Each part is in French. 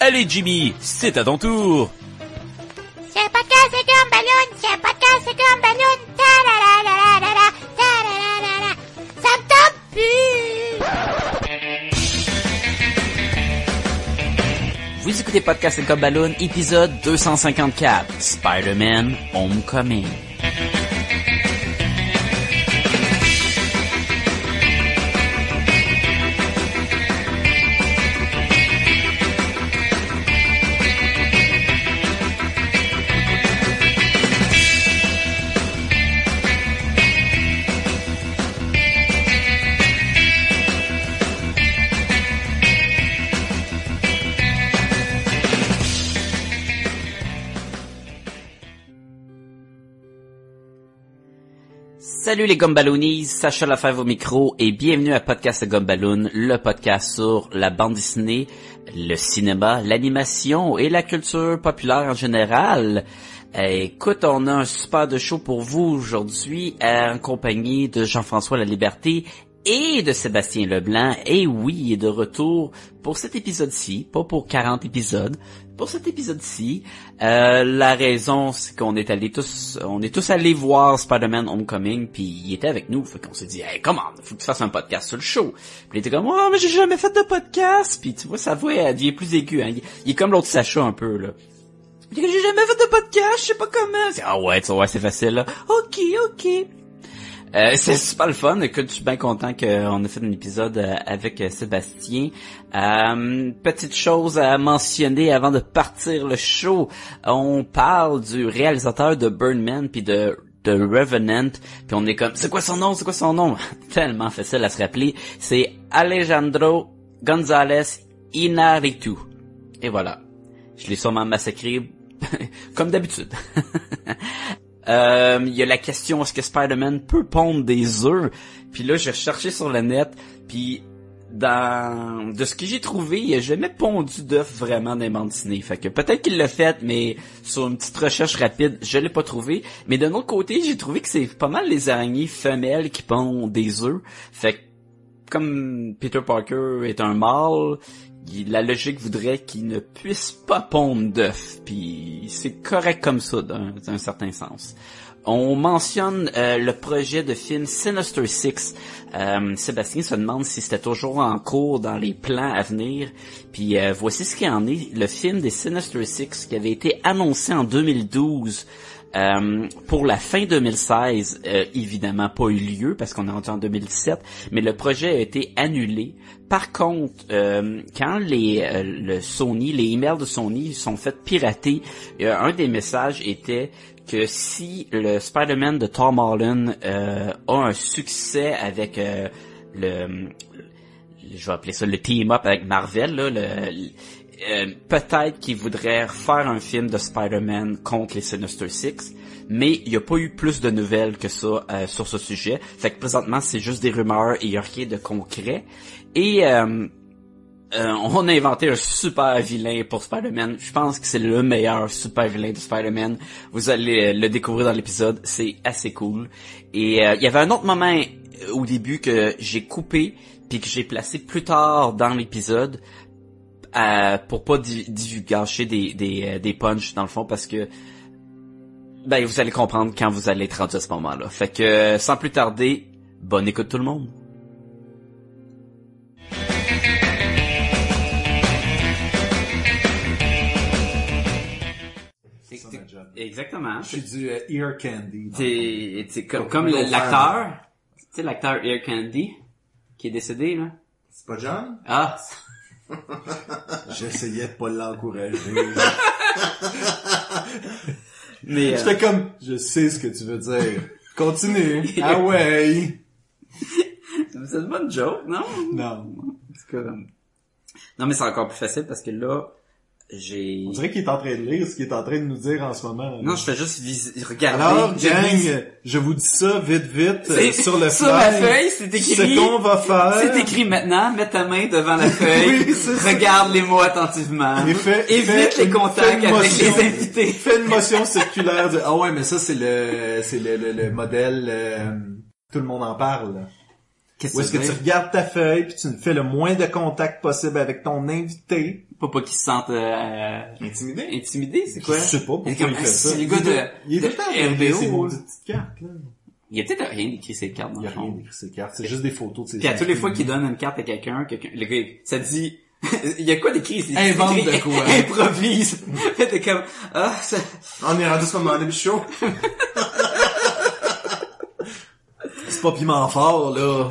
Allez Jimmy, c'est à ton tour. C'est pas cas, c'est un ballon, c'est pas cas, c'est un ballon. Ta la la la la la la, ta la la la la. Ça me tombe plus. Vous écoutez Podcast et Cop Balloon, épisode 254, Spider-Man Homecoming. Salut les Gumballoonies, Sacha Lafèvre au micro et bienvenue à Podcast de Gumballoon, le podcast sur la bande dessinée, le cinéma, l'animation et la culture populaire en général. Euh, Écoute, on a un super de show pour vous aujourd'hui euh, en compagnie de Jean-François La Liberté et de Sébastien Leblanc. Et oui, il est de retour pour cet épisode-ci, pas pour 40 épisodes. Pour cet épisode-ci, euh, la raison, c'est qu'on est allés tous, on est tous allés voir Spider-Man Homecoming, puis il était avec nous, fait qu'on s'est dit, hey, comment, faut que tu fasses un podcast sur le show. Puis il était comme, oh, mais j'ai jamais fait de podcast, puis tu vois, sa voix, elle devient plus aiguë, hein. il, il est comme l'autre Sacha un peu, là. Il dit, J'ai jamais fait de podcast, je sais pas comment. C'est, Ah ouais, tu vois, c'est facile, là. Ok, ok. Euh, c'est super le fun. Écoute, je suis bien content qu'on ait fait un épisode euh, avec euh, Sébastien. Euh, petite chose à mentionner avant de partir le show. On parle du réalisateur de Birdman puis de de Revenant, puis on est comme, c'est quoi son nom, c'est quoi son nom? Tellement facile à se rappeler. C'est Alejandro González Inarritu. Et voilà. Je l'ai sûrement massacré, comme d'habitude. Euh, Il y a la question est-ce que Spider-Man peut pondre des œufs Puis là, j'ai cherché sur le net, puis dans de ce que j'ai trouvé, il a jamais pondu d'œuf vraiment dans les bandes dessinées. Fait que peut-être qu'il l'a fait, mais sur une petite recherche rapide, je l'ai pas trouvé. Mais d'un autre côté, j'ai trouvé que c'est pas mal les araignées femelles qui pondent des œufs. Fait que comme Peter Parker est un mâle, il- la logique voudrait qu'il ne puisse pas pondre d'œufs. Puis c'est correct comme ça d'un d'un certain sens. On mentionne euh, le projet de film Sinister Six. Euh, Sébastien se demande si c'était toujours en cours dans les plans à venir. Puis euh, voici ce qu'il en est. Le film des Sinister Six qui avait été annoncé en 2012 euh, pour la fin 2016, euh, évidemment pas eu lieu parce qu'on est rendu en 2017, mais le projet a été annulé. Par contre, euh, quand les euh, le Sony, les emails de Sony sont faits pirater, euh, un des messages était que si le Spider-Man de Tom Holland euh, a un succès avec euh, le je vais appeler ça le team-up avec Marvel, là, le- le- euh, peut-être qu'ils voudraient faire un film de Spider-Man contre les Sinister Six, mais il n'y a pas eu plus de nouvelles que ça euh, sur ce sujet. Fait que présentement, c'est juste des rumeurs et il n'y a rien de concret. Et euh, euh, on a inventé un super vilain pour Spider-Man. Je pense que c'est le meilleur super vilain de Spider-Man. Vous allez euh, le découvrir dans l'épisode. C'est assez cool. Et euh, il y avait un autre moment euh, au début que j'ai coupé puis que j'ai placé plus tard dans l'épisode euh, pour pas di- divulgacher des, des, euh, des punchs dans le fond parce que ben vous allez comprendre quand vous allez être rendu à ce moment-là. Fait que euh, sans plus tarder, bonne écoute tout le monde. C'est ça, ma job. Exactement. Je suis du euh, ear candy. dans le fond. T'es, t'es comme, comme Gros le- fan. l'acteur, tu sais l'acteur Air Candy qui est décédé là. C'est pas John? Ah, J'essayais de pas l'encourager. mais euh, J'étais comme, je sais ce que tu veux dire. Continue. ah ouais. euh, c'est une bonne joke, non Non. En tout cas, non mais c'est encore plus facile parce que là j'ai On dirait qu'il est en train de lire ce qu'il est en train de nous dire en ce moment. non je fais juste visi- regarder. Alors, Je vis- gang, je vous dis ça vite, vite, euh, C'est- sur le sur la feuille, c'est écrit. Ce qu'on va faire. C'est écrit maintenant, mets ta main devant la feuille, Oui, c'est ça. regarde les mots attentivement, Et fais- évite fais- les fais contacts une avec motion. les invités. Fais une motion circulaire de, ah ouais, mais ça, c'est le, c'est le, le, le modèle, euh, tout le monde en parle. Qu'est-ce Où est-ce que tu veut dire? regardes ta feuille puis tu fais le moins de contact possible avec ton invité. Pas, pas qu'ils se sentent euh, Intimidé. intimidés, c'est quoi? Je sais pas pourquoi Et comme, il fait ah, ça. c'est les gars de- il est de tout le temps avec RBO, ses là. maudites petites cartes, là. Il y a peut-être rien d'écrit ces cartes dans Il y le a rien fond. d'écrit ces cartes. C'est juste des photos de ses Puis à toutes les fois qu'il donne une carte à quelqu'un, quelqu'un, le gars, ça dit, il y a quoi d'écrit? C'est Invente écrit, de quoi. Improvise. Fait t'es comme, ah, ça... On est rendu ce moment-là du show. C'est pas piment fort, là.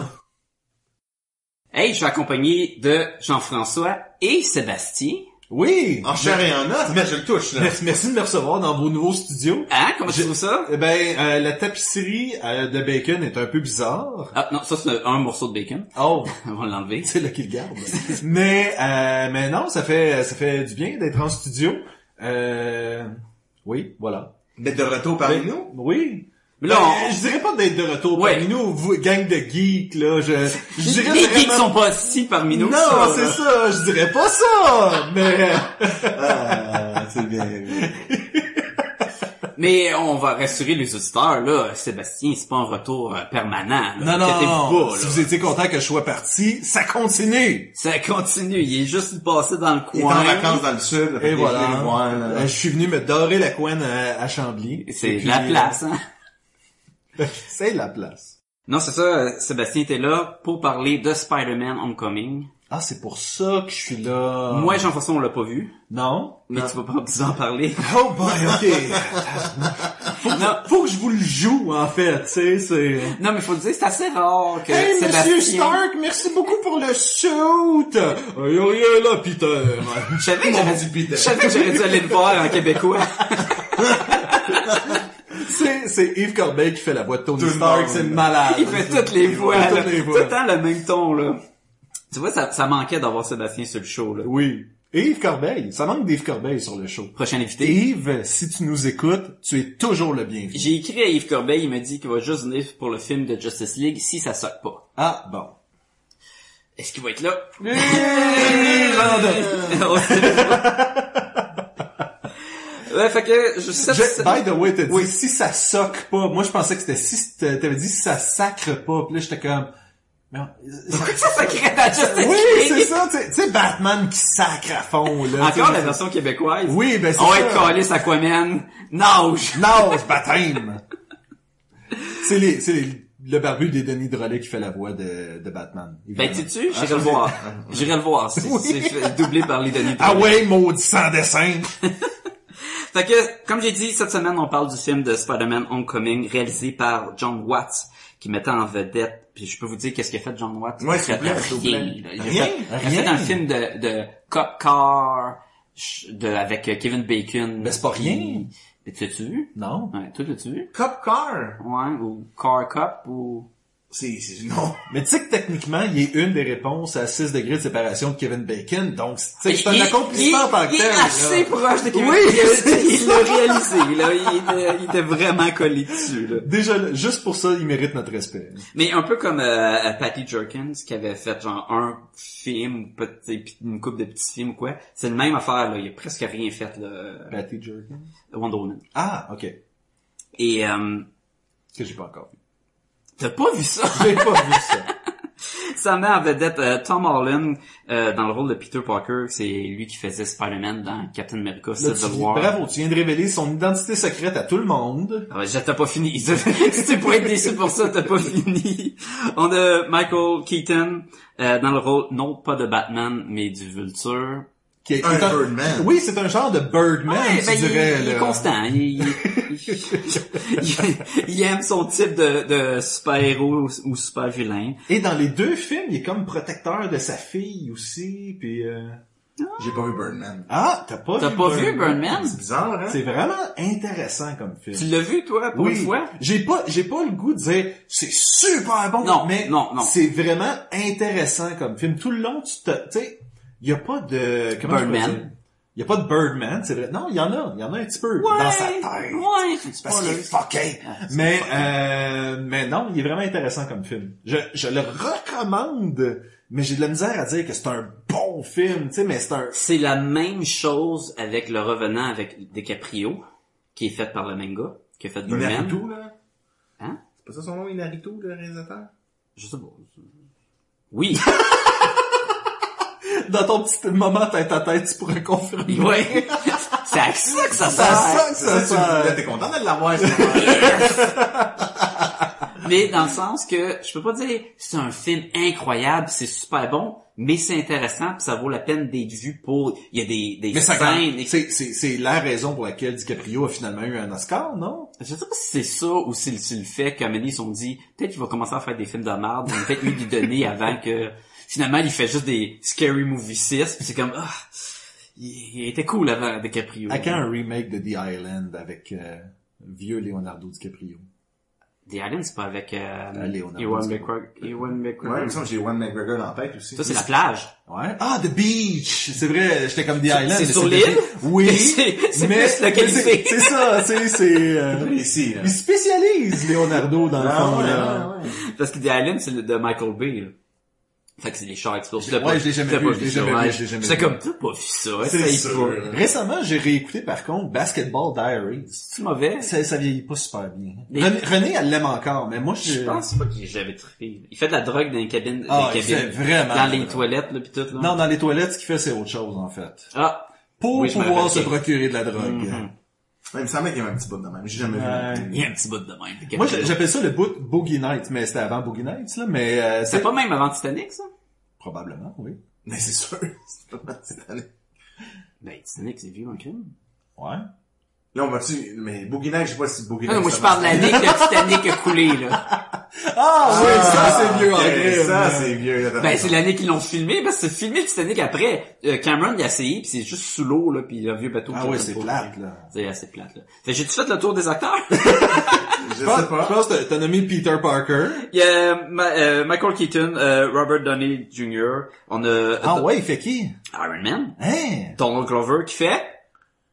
Hey, je suis accompagné de Jean-François et Sébastien. Oui! En chair et en os, mais je le touche, là. Ah, Merci, merci de me recevoir dans vos nouveaux studios. Hein? Comment tu Je- trouves ça? Eh ben, euh, la tapisserie euh, de bacon est un peu bizarre. Ah, non, ça c'est un, un morceau de bacon. Oh, On va l'enlever. c'est là qu'il garde. mais, euh, mais non, ça fait, ça fait du bien d'être en studio. Euh, oui, voilà. Mais de retour parmi Ben, nous. Oui. Mais là, Ben, on- Je dirais pas d'être de retour Ouais. parmi nous, vous, gang de geeks, là. Je, je Les dirais geeks vraiment- sont pas si parmi nous. Non, ça, c'est là. ça, je dirais pas ça, mais... euh, Ah, c'est bien. Mais on va rassurer les auditeurs, là. Sébastien, c'est pas un retour euh, permanent. là. Non, non, Inquiétez-vous pas, si là. vous étiez content que je sois parti, ça continue! Ça continue. Il est juste passé dans le Il est coin. en vacances dans le sud. là, fait Et que je vais voilà. le voir, là. Euh, Je suis venu me dorer la couenne à, à Chambly. Et C'est puis, la place, hein. euh, C'est la place. Non, c'est ça. euh, Sébastien était là pour parler de Spider-Man Homecoming. Ah, c'est pour ça que je suis là. Moi, Jean-François, on l'a pas vu. Ah. Non? Mais tu vas pas nous en parler. Oh boy, ok. non, Faut que je vous le joue, en fait, tu sais, c'est... non, mais faut le dire, c'est assez rare que Hey, Sébastien... Monsieur Stark, merci beaucoup pour le shoot! Euh, y a rien là, Peter. Je savais que j'aurais dû- Peter. je savais que j'aurais dû aller le voir en québécois. C'est, c'est Yves Corbeil qui fait la voix de Tony Tout le Stark, monde. c'est malade. Il fait toutes les voix, Ah, Toutes là. les Tout voix. le temps le même ton, là. Tu vois, ça, ça manquait d'avoir Sébastien sur le show, là. Oui. Et Yves Corbeil, ça manque d'Yves Corbeil sur le show. Prochain invité. Yves, si tu nous écoutes, tu es toujours le bienvenu. J'ai écrit à Yves Corbeil, il me dit qu'il va juste venir pour le film de Justice League si ça saute pas. Ah, bon. Est-ce qu'il va être là? Je- On sait pas. ouais, fait que, je sais By the way, t'as dit si ça soque pas. Moi, je pensais que c'était si t'avais dit si ça sacre pas. Puis là, j'étais comme... mais on- ça- Pourquoi ça s'écrit dans Justice Oui, League? c'est ça. tu sais- Tu sais, Batman qui sacre à fond. Là, tu sais, Encore la version québécoise. Oui, ben c'est On va ça. être calé Aquaman. Nage! Non, ce baptême! c'est les, c'est les- le barbu des Denis Drolet qui fait la voix de, de Batman. Ben, évidemment. Ah, tu tu j'irai le voir. J'irai le voir. C'est c'est fait- doublé par les Denis Ah Drolet. ouais, maudit sans dessin! Fait que, comme j'ai dit, cette semaine, on parle du film de Spider-Man Homecoming, réalisé par John Watts, qui mettait en vedette, puis je peux vous dire qu'est-ce qu'a fait John Watts. Ouais, Il a s'il vous plaît, fait s'il vous plaît. rien, là. Il a Rien, fait- Il a rien. fait un film de, de cop car, ch- de, avec euh, Kevin Bacon. Ben, c'est pas rien. Mais tu l'as-tu vu? Non. Ouais, toi, l'as-tu vu? Cop car. Ouais, ou car cop, ou... C'est, c'est- non. Mais tu sais que techniquement, il est une des réponses à 6 degrés de séparation de Kevin Bacon, donc tu sais que c'est Il- un il- accomplissement en tant que Il tel. est là. assez proche de Kevin Oui, Bacon. c'est Il l'a réalisé, là. Il était, il était vraiment collé dessus, là. Déjà, là, juste pour ça, il mérite notre respect. Mais un peu comme euh, Patty Jerkins qui avait fait genre un film, petit, puis une coupe de petits films ou quoi. C'est le même affaire là. Il a presque rien fait là. euh, Patty Jerkin. Wonder Woman. Ah, ok. Et euh, Que j'ai pas encore vu. t'as pas vu ça J'ai pas vu ça. Ça met en vedette euh, Tom Holland euh, dans le rôle de Peter Parker. C'est lui qui faisait Spider-Man dans Captain America Là, Civil tu- War. bravo, tu viens de révéler son identité secrète à tout le monde. Ah ouais, J'étais pas fini. si tu pourrais être déçu pour ça, t'as pas fini. On a Michael Keaton euh, dans le rôle, non pas de Batman, mais du Vulture. Qui est- Un qui est Birdman. Oui, c'est un genre de Birdman, Ouais, tu ben, il- dirais. il, là. est constant. Il, il- il- il aime son type de, de super-héros ou super-vilain. Et dans les deux films, il est comme protecteur de sa fille aussi, puis... euh, J'ai pas vu Birdman. Ah, t'as pas T'as pas vu Birdman? C'est bizarre, hein? C'est vraiment intéressant comme film. Tu l'as vu, toi, pour une fois? j'ai pas, j'ai pas le goût de dire c'est super bon, Non, mais non, non. c'est vraiment intéressant comme film. Tout le long, tu te, tu sais, y a pas de comment je peux Birdman. dire? Y a pas de Birdman, c'est vrai. Non, y en a, y en a un petit peu dans sa tête. Ouais, C'est parce qu'il est fucké. c'est Mais, euh, mais non, il est vraiment intéressant comme film. Je, je le recommande, mais j'ai de la misère à dire que c'est un bon film, tu sais, mais c'est un... C'est la même chose avec Le Revenant avec DiCaprio, qui est fait par le manga, qui a fait Birdman. Inarritu, là. Hein? C'est pas ça son nom, Inarritu, le réalisateur? Je sais pas. Oui. Dans ton petit moment tête à tête, tu pourrais confirmer. ouais. C'est à ça que ça C'est à sert. ça que Ça, ça tu- sert. là, t'es content de l'avoir, cette affaire-là. Mais dans le sens que je peux pas dire c'est un film incroyable, c'est super bon, mais c'est intéressant, puis ça vaut la peine d'être vu pour il y a des des Mais ça scènes. et- c'est, c'est, c'est la raison pour laquelle DiCaprio a finalement eu un Oscar, non? Je sais pas si c'est ça ou si c'est le fait qu'à un moment donné, ils se sont dit peut-être qu'il va commencer à faire des films de merde, ils ont peut-être lui lui donner avant que finalement il fait juste des scary movie 6, puis c'est comme ah il il était cool avant DiCaprio. À quand un remake de The Island avec euh, vieux Leonardo DiCaprio? The Island c'est pas avec euh, Ah, Leonardo Ewan DiCaprio. McGregor. Ewan Ouais, il me McGregor. semble que j'ai One McGregor en tête aussi. ça c'est la plage. Ouais. Ah, The Beach! C'est vrai, j'étais comme The Island. c'est mais sur The l'île? Beach. Oui. C'est- c'est mais- plus localisé. mais C'est c'est ça, c'est... c'est euh, Ici, là. il spécialise Leonardo dans le Ah, fond, ouais, là. ouais, ouais. Parce que The Island, c'est le de Michael Bay, là. Fait que c'est les chars explosent. Ouais, je l'ai jamais vu, je l'ai jamais vu, je l'ai jamais C'est vu. comme, t'as pas vu ça, C'est essaye sûr. pas. Récemment, j'ai réécouté, par contre, Basketball Diaries. C'est mauvais. Ça, ça vieillit pas super bien. Mais- René, René, elle l'aime encore, mais moi, je... Je pense pas qu'il ait jamais trippé. Il fait de la drogue dans les cabines, Ah, dans les il fait cabines. vraiment Dans de les la drogue. toilettes, là, pis tout, là. Non, dans les toilettes, ce qu'il fait, c'est autre chose, en fait. Ah. Pour Oui, je me pouvoir se rappelle. procurer de la drogue. Ouais, Il me semblait qu'il y avait un petit bout de même. J'ai jamais vu. Ouais. la- Il y a un petit bout de même. Moi, j'a- j'appelle ça le bout Boogie Nights, mais c'était avant Boogie Nights, là, mais... euh, C'est pas même avant Titanic, ça? Probablement, oui. Mais c'est sûr. C'est pas mal cette année. Ben, Titanic, c'est vieux, en crime. Ouais. Là, on va-tu, mais Boogie Nights, je sais pas si Eh Boogie Ah, ben, Nights. moi, je parle de l'année que le Titanic a coulé, là. Ah, Eh, oui, ça, Ah, c'est vieux, en ok, crime. Ça, c'est vieux. là. hein. Ben, c'est l'année qu'ils l'ont filmé, parce que c'est filmé le Titanic après. Euh, Cameron, il a essayé, pis c'est juste sous l'eau, là, pis le vieux bateau. Ah qui ouais, tourne c'est pas. plate, là. C'est assez plate, là. Fait, j'ai-tu fait le tour des acteurs? Je sais Je pense, pas. je pense que t'as nommé Peter Parker. Il y a Ma- euh, Michael Keaton, euh, Robert Downey Jr. On a Ah ouais, il fait qui? Iron Man, Hein? Donald Glover qui fait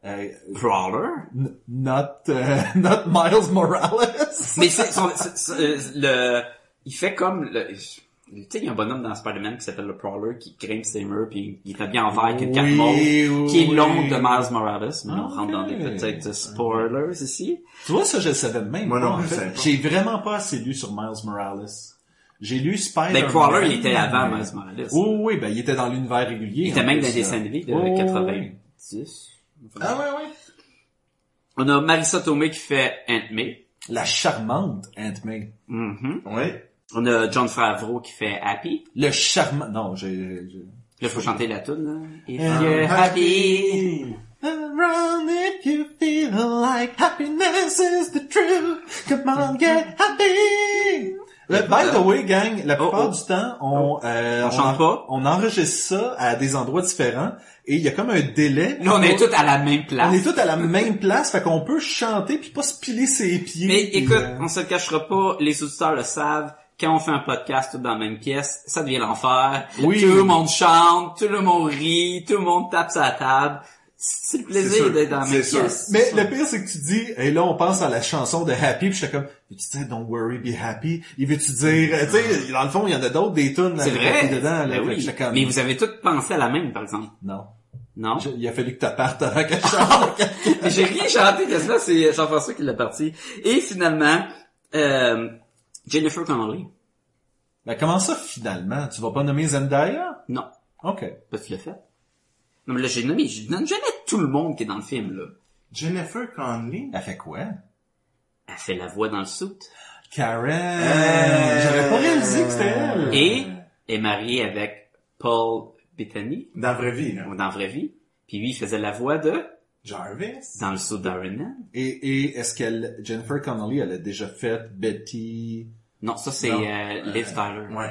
Euh, Prowler. n- not, euh, not Miles Morales. Mais c'est son- c'est- c'est- euh, le il fait comme le tu sais, il y a un bonhomme dans Spider-Man qui s'appelle le Prowler, qui grimpe ses murs, puis il est habillé en vert avec une carte Oui, mauve, oui, qui est oui. Ah, l'oncle de Miles Morales, mais on Ok. rentre dans des peut-être spoilers ici. Tu vois, ça, je le savais même Moi pas, non, en je fait. savais pas. J'ai vraiment pas assez lu sur Miles Morales. J'ai lu Spider-Man. Mais Prowler, Ben, il était avant Miles Morales. Oui, oui, oui, ben, il était dans l'univers régulier. euh, Il était même dans des scènes de Oui, oui, oui. 90. Ah ouais, ouais. On a Marissa Tomei qui fait Ant-May. La charmante Ant-Man. Mhm. Mm-hmm. Ouais. On a John Favreau qui fait Happy. Le charmant... Non, j'ai... j'ai- Là, faut chanter la tune, là. If Ah. you're happy. Around if you feel like happiness is the truth. Come on, get happy. Le, by the way, gang, la plupart Oh, oh. du temps, on, euh, On chante en- pas. on enregistre ça à des endroits différents et il y a comme un délai. Là, on est tous à la même On est place. tous à la même place, fait qu'on peut chanter puis pas se piler ses pieds. Mais puis, écoute, euh, on se le cachera pas, les auditeurs le savent. Quand on fait un podcast tout dans la même pièce, ça devient l'enfer. Oui. Tout le monde chante, tout le monde rit, tout le monde tape sa table. C'est le C'est plaisir sûr. d'être dans la même C'est sûr. pièce. Mais le pire, c'est que tu dis, et là, on pense à la chanson de Happy, puis j'étais comme, veux-tu dire Don't worry, be happy? Il veut-tu dire, euh, tu sais, dans le fond, il y en a d'autres, des tunes, là, Ah. C'est avec vrai. Happy dedans, là, Ben Fait que oui. j'étais comme, Mais vous avez tous pensé à la même, par exemple. non. Non? Je- Il a fallu que tu partes avant que je chante. Mais J'ai rien chanté quasiment, c'est Jean-François qui l'a parti. Et finalement, euh, Jennifer Connelly. ben, comment ça, finalement? Tu vas pas nommer Zendaya? Non. OK. Bah, tu l'as fait. Non, mais là, j'ai nommé, je donne jamais tout le monde qui est dans le film, là. Jennifer Conley. Elle fait quoi? Elle fait la voix dans le soute. Karen! Euh, J'avais pas réalisé que c'était elle. Et est mariée avec Paul Bettany, Dans la vraie vie, là. ou dans la vraie vie. Puis lui, il faisait la voix de Jarvis. Dans le soute d'Iron Man. Et, et est-ce qu'elle, Jennifer Connelly, elle a déjà fait Betty... Non, ça, c'est Non. euh, Liv Tyler. Ouais.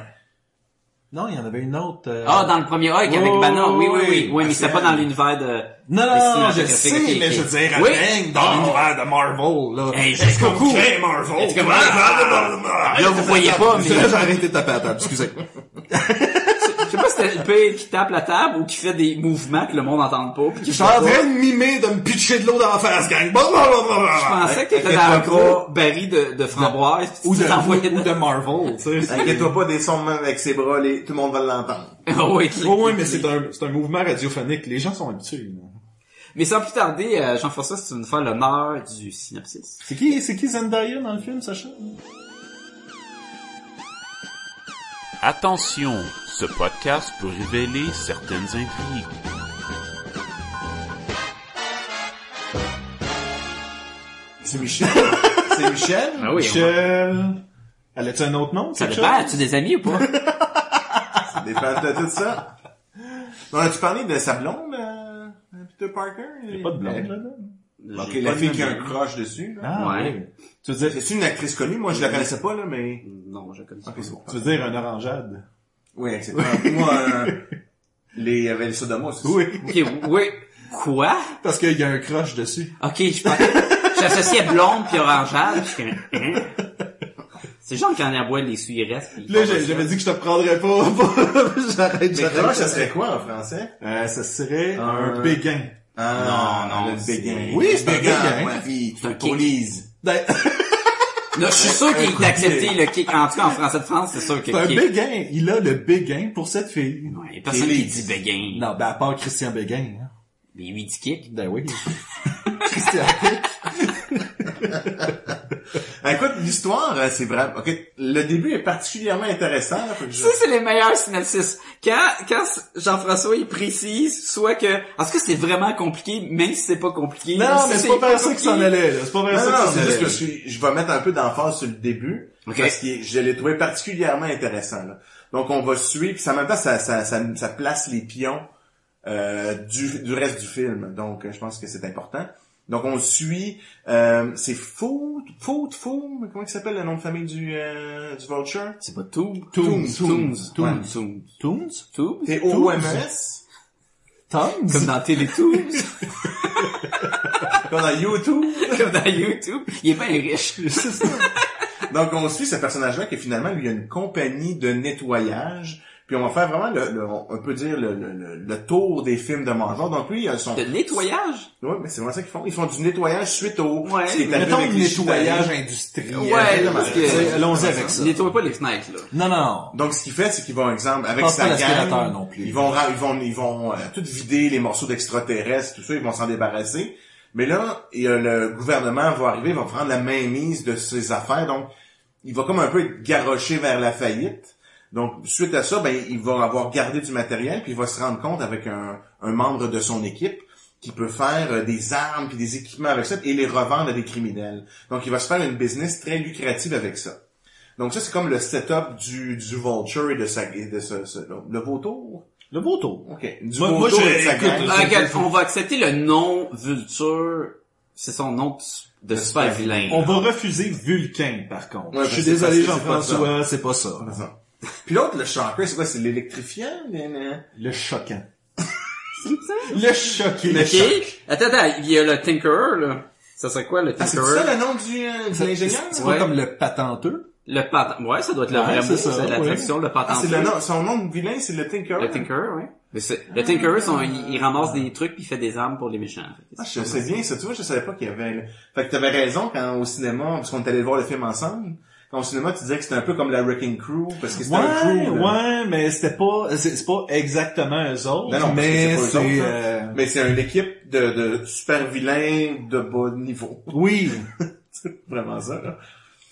Non, il y en avait une autre. euh, Ah, dans le premier Hulk avec Oui, Banner, oui, oui, oui. oui, Oui, mais c'est c'est pas elle. dans l'univers de... Non, des non, non, je cinématographiques, sais, ok, ok. mais je veux dire, elle Oui. baigne dans l'univers de Marvel, là. Hey, jusqu'au Comme cou. Jay Marvel. Est-ce que- Ah, Là, vous voyez pas, mais... J'ai arrêté de taper à table, excusez. Je sais pas si c'était le pire qui tape la table ou qui fait des mouvements que le monde n'entend pas. Puis qui Je suis en train de mimer de me pitcher de l'eau dans la face, gang. Blablabla. Je pensais que t'étais dans un gros baril de, de framboise. Ou de, t'envoyais ou de Marvel, tu sais. Inquiète-toi pas des sons même avec ses bras, les... tout le monde va l'entendre. Oh, oui, Oh oui, mais c'est un, c'est un mouvement radiophonique. Les gens sont habitués. là. Mais sans plus tarder, euh, Jean-François, si tu veux nous faire l'honneur du synopsis. C'est qui, c'est qui Zendaya dans le film, Sacha? Attention, ce podcast peut révéler certaines intrigues. C'est Michel. c'est Michel? Ah oui, on- Michel. Elle a-tu un autre nom? ça quelque dépend, chose? as-tu des amis ou pas? Ça dépend de tout ça. On a-tu parlé de sa blonde, euh, Peter Parker? Il y a Pas de blonde, là. là. Ok, J'ai la pas fille de qui a un nom. croche dessus. Là. Ah, Ouais. oui. Tu veux dire, C'est une actrice connue, moi je la connaissais pas, là, mais... Non, je connais pas. Ok, c'est bon. tu veux dire un orangeade? Oui, c'est pas... Moi, euh, les... il y avait le sodomos aussi. Ok, oui. Quoi? Parce qu'il y a un croche dessus. Ok, je pensais, j'associais blonde puis orangeade, puis j'étais comme, hein? C'est genre quand on aboie les suillerettes. puis- Là, j'ai- j'avais dit que je te prendrais pas. pas- j'arrête, Mais croche, ça j'arrête. serait quoi en français? Euh, ça serait Un- un béguin. Ah, non, le c'est- béguin. Oui, c'est un Le béguin, béguin. ma fille, tu Un le kick. polises. Ben, Là, je suis sûr qu'il est accepté, le kick. En tout cas, en français de France, c'est sûr que C'est un kick. béguin. Il a le béguin pour cette fille. Ouais, y a personne qui Kick. dit béguin. Non, ben, à part Christian Béguin. hein. Mais lui, il dit kick. Ben oui. Christian Ah, Écoute, l'histoire, euh, c'est vrai. Ok, le début est particulièrement intéressant. là, faut que je- Ça, c'est les meilleurs synopsis. Quand, quand Jean-François, il précise, soit que, en tout cas, c'est vraiment compliqué, même si c'est pas compliqué. Non, mais c'est pas vers ça ça que s'en allait, là. C'est pas Non, vers ça non, non, que s'en c'est juste que je, allait. suis- je vais mettre un peu d'emphase sur le début. Ok. Parce que je l'ai trouvé particulièrement intéressant. Là. Donc on va suivre, puis en même temps, ça, ça, ça, ça place les pions euh, du, du reste du film. Donc euh, je pense que c'est important. Donc on suit, euh, c'est Food, Food, Food, comment il s'appelle le nom de famille du, euh, du Vulture? C'est pas tout. Toons, Toons. Toons. Toons. Toons. Toons? Toons. E? T-O-M-S? Comme Toons? dans Télétoons. Comme dans YouTube. comme dans YouTube. Il est bien riche. C'est ça. Donc on suit ce personnage-là qui finalement lui a une compagnie de nettoyage. Puis on va faire vraiment le, le- on peut dire le, le- le- le tour des films de Mangeon. Donc lui, il a son De nettoyage. Oui, mais c'est vraiment ça qu'ils font. Ils font du nettoyage suite au... Ouais, ce qui est arrivé Mettons avec le les nettoyage Chitaliens. industriel. Ouais, là, parce mais, que- tu sais, allons-y avec ça. Nettoie pas les fenêtres, là. Non, non. Donc, ce qu'il fait, c'est qu'ils vont, exemple, avec Passe pas sa l'aspirateur gang, non plus. ils vont, ra- ils vont, ils vont euh, tout vider, les morceaux d'extraterrestres, tout ça, ils vont s'en débarrasser. Mais là, il y a le gouvernement va arriver, va prendre la mainmise de ses affaires, donc il va comme un peu être garoché vers la faillite. Donc, suite à ça, ben, il va avoir gardé du matériel, puis il va se rendre compte avec un, un membre de son équipe qui peut faire euh, des armes puis des équipements avec ça et les revendre à des criminels. Donc, il va se faire une business très lucrative avec ça. Donc, ça, c'est comme le setup du, du Vulture et de sa, et de ce, ce- le vautour. Le vautour. OK. Du Moi- moi, vautour je- et de sa écoute, gang. je- Ah, regarde, on va accepter le nom Vulture. C'est son nom de, de super vilain. On va refuser Vulcain, par contre. Ouais, je suis ben, c'est désolé, parce que c'est pas Jean-François, c'est pas ça. Ah, ça. Puis l'autre, le shocker, c'est quoi? C'est l'électrifiant? né, né? Le choquant. Le choqué. Ok. Attends, attends, il y a le Tinkerer, là. Ça serait quoi, le Ah, c'est ça Tinkerer? le nom du, euh, de C'est l'ingénieur? c'est Ouais. pas comme le patenteux. le patent. Ouais, ça doit être le Ouais, vrai c'est mot. ça, C'est la ouais. traduction, le patent. Ah, c'est le nom, son nom de vilain, c'est le Tinker. Le Tinkerer, ouais. Mais c'est- Le Tinkerer, son- il, il ramasse des trucs puis il fait des armes pour les méchants. en fait. Ah, je sais bien ça, tu vois, je savais pas qu'il y avait... le- Fait que t'avais raison quand au cinéma, parce qu'on est allé voir le film ensemble, quand au cinéma, tu disais que c'était un peu comme la Wrecking Crew, parce que c'était Ouais, un crew. là. ouais, mais c'était pas, c'est c'est pas exactement eux autres. Non, non, parce que mais c'est pas eux c'est, autres, hein. euh, Mais c'est une équipe de, de super vilains de bas niveau. oui. Vraiment ça, là.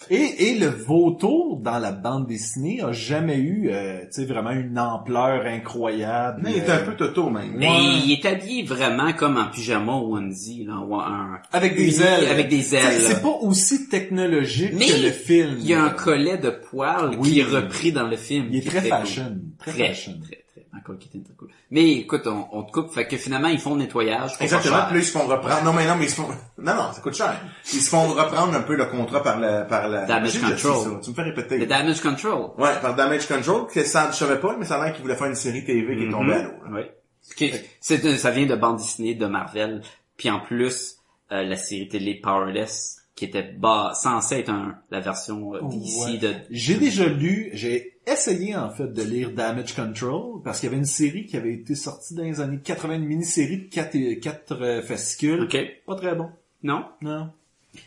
Et, et le vautour dans la bande dessinée a jamais eu, euh, tu sais, vraiment une ampleur incroyable. Euh, Mais il était un peu Toto, même. Mais Ouais. il est habillé vraiment comme en pyjama ou onesie, là, ou un... Avec des uni- ailes. Avec des Tu sais, ailes. C'est pas aussi technologique Mais que le film. Il y a un collet de poils Oui. qui est repris dans le film. Il est qui très cool. fashion. Très, Très, fashion. très, très. Encore qui était très cool. Mais écoute, on, on te coupe, fait que finalement, ils font le nettoyage. faut pas Exactement, cher. puis là, ils se font reprendre. Non, mais non, mais ils se font... Non, non, ça coûte cher. Ils se font reprendre un peu le contrat par la... Par la... Damage Je sais que je sais control. ça, Tu me fais répéter. Le damage control. Ouais, par Damage Control, que ça, je savais pas, mais ça a l'air qu'ils voulaient faire une série TV qui est tombée Mhm. à l'eau. là. Oui. Ok. C'est un- ça vient de bande dessinée de Marvel. Puis en plus, euh, la série télé Powerless, qui était bas, censée être un, la version euh, DC Oh, Ouais. de... J'ai déjà lu, j'ai essayé en fait de lire Damage Control parce qu'il y avait une série qui avait été sortie dans les années 80, une mini-série de 4, euh, fascicules. Ok. Pas très bon. Non? Non.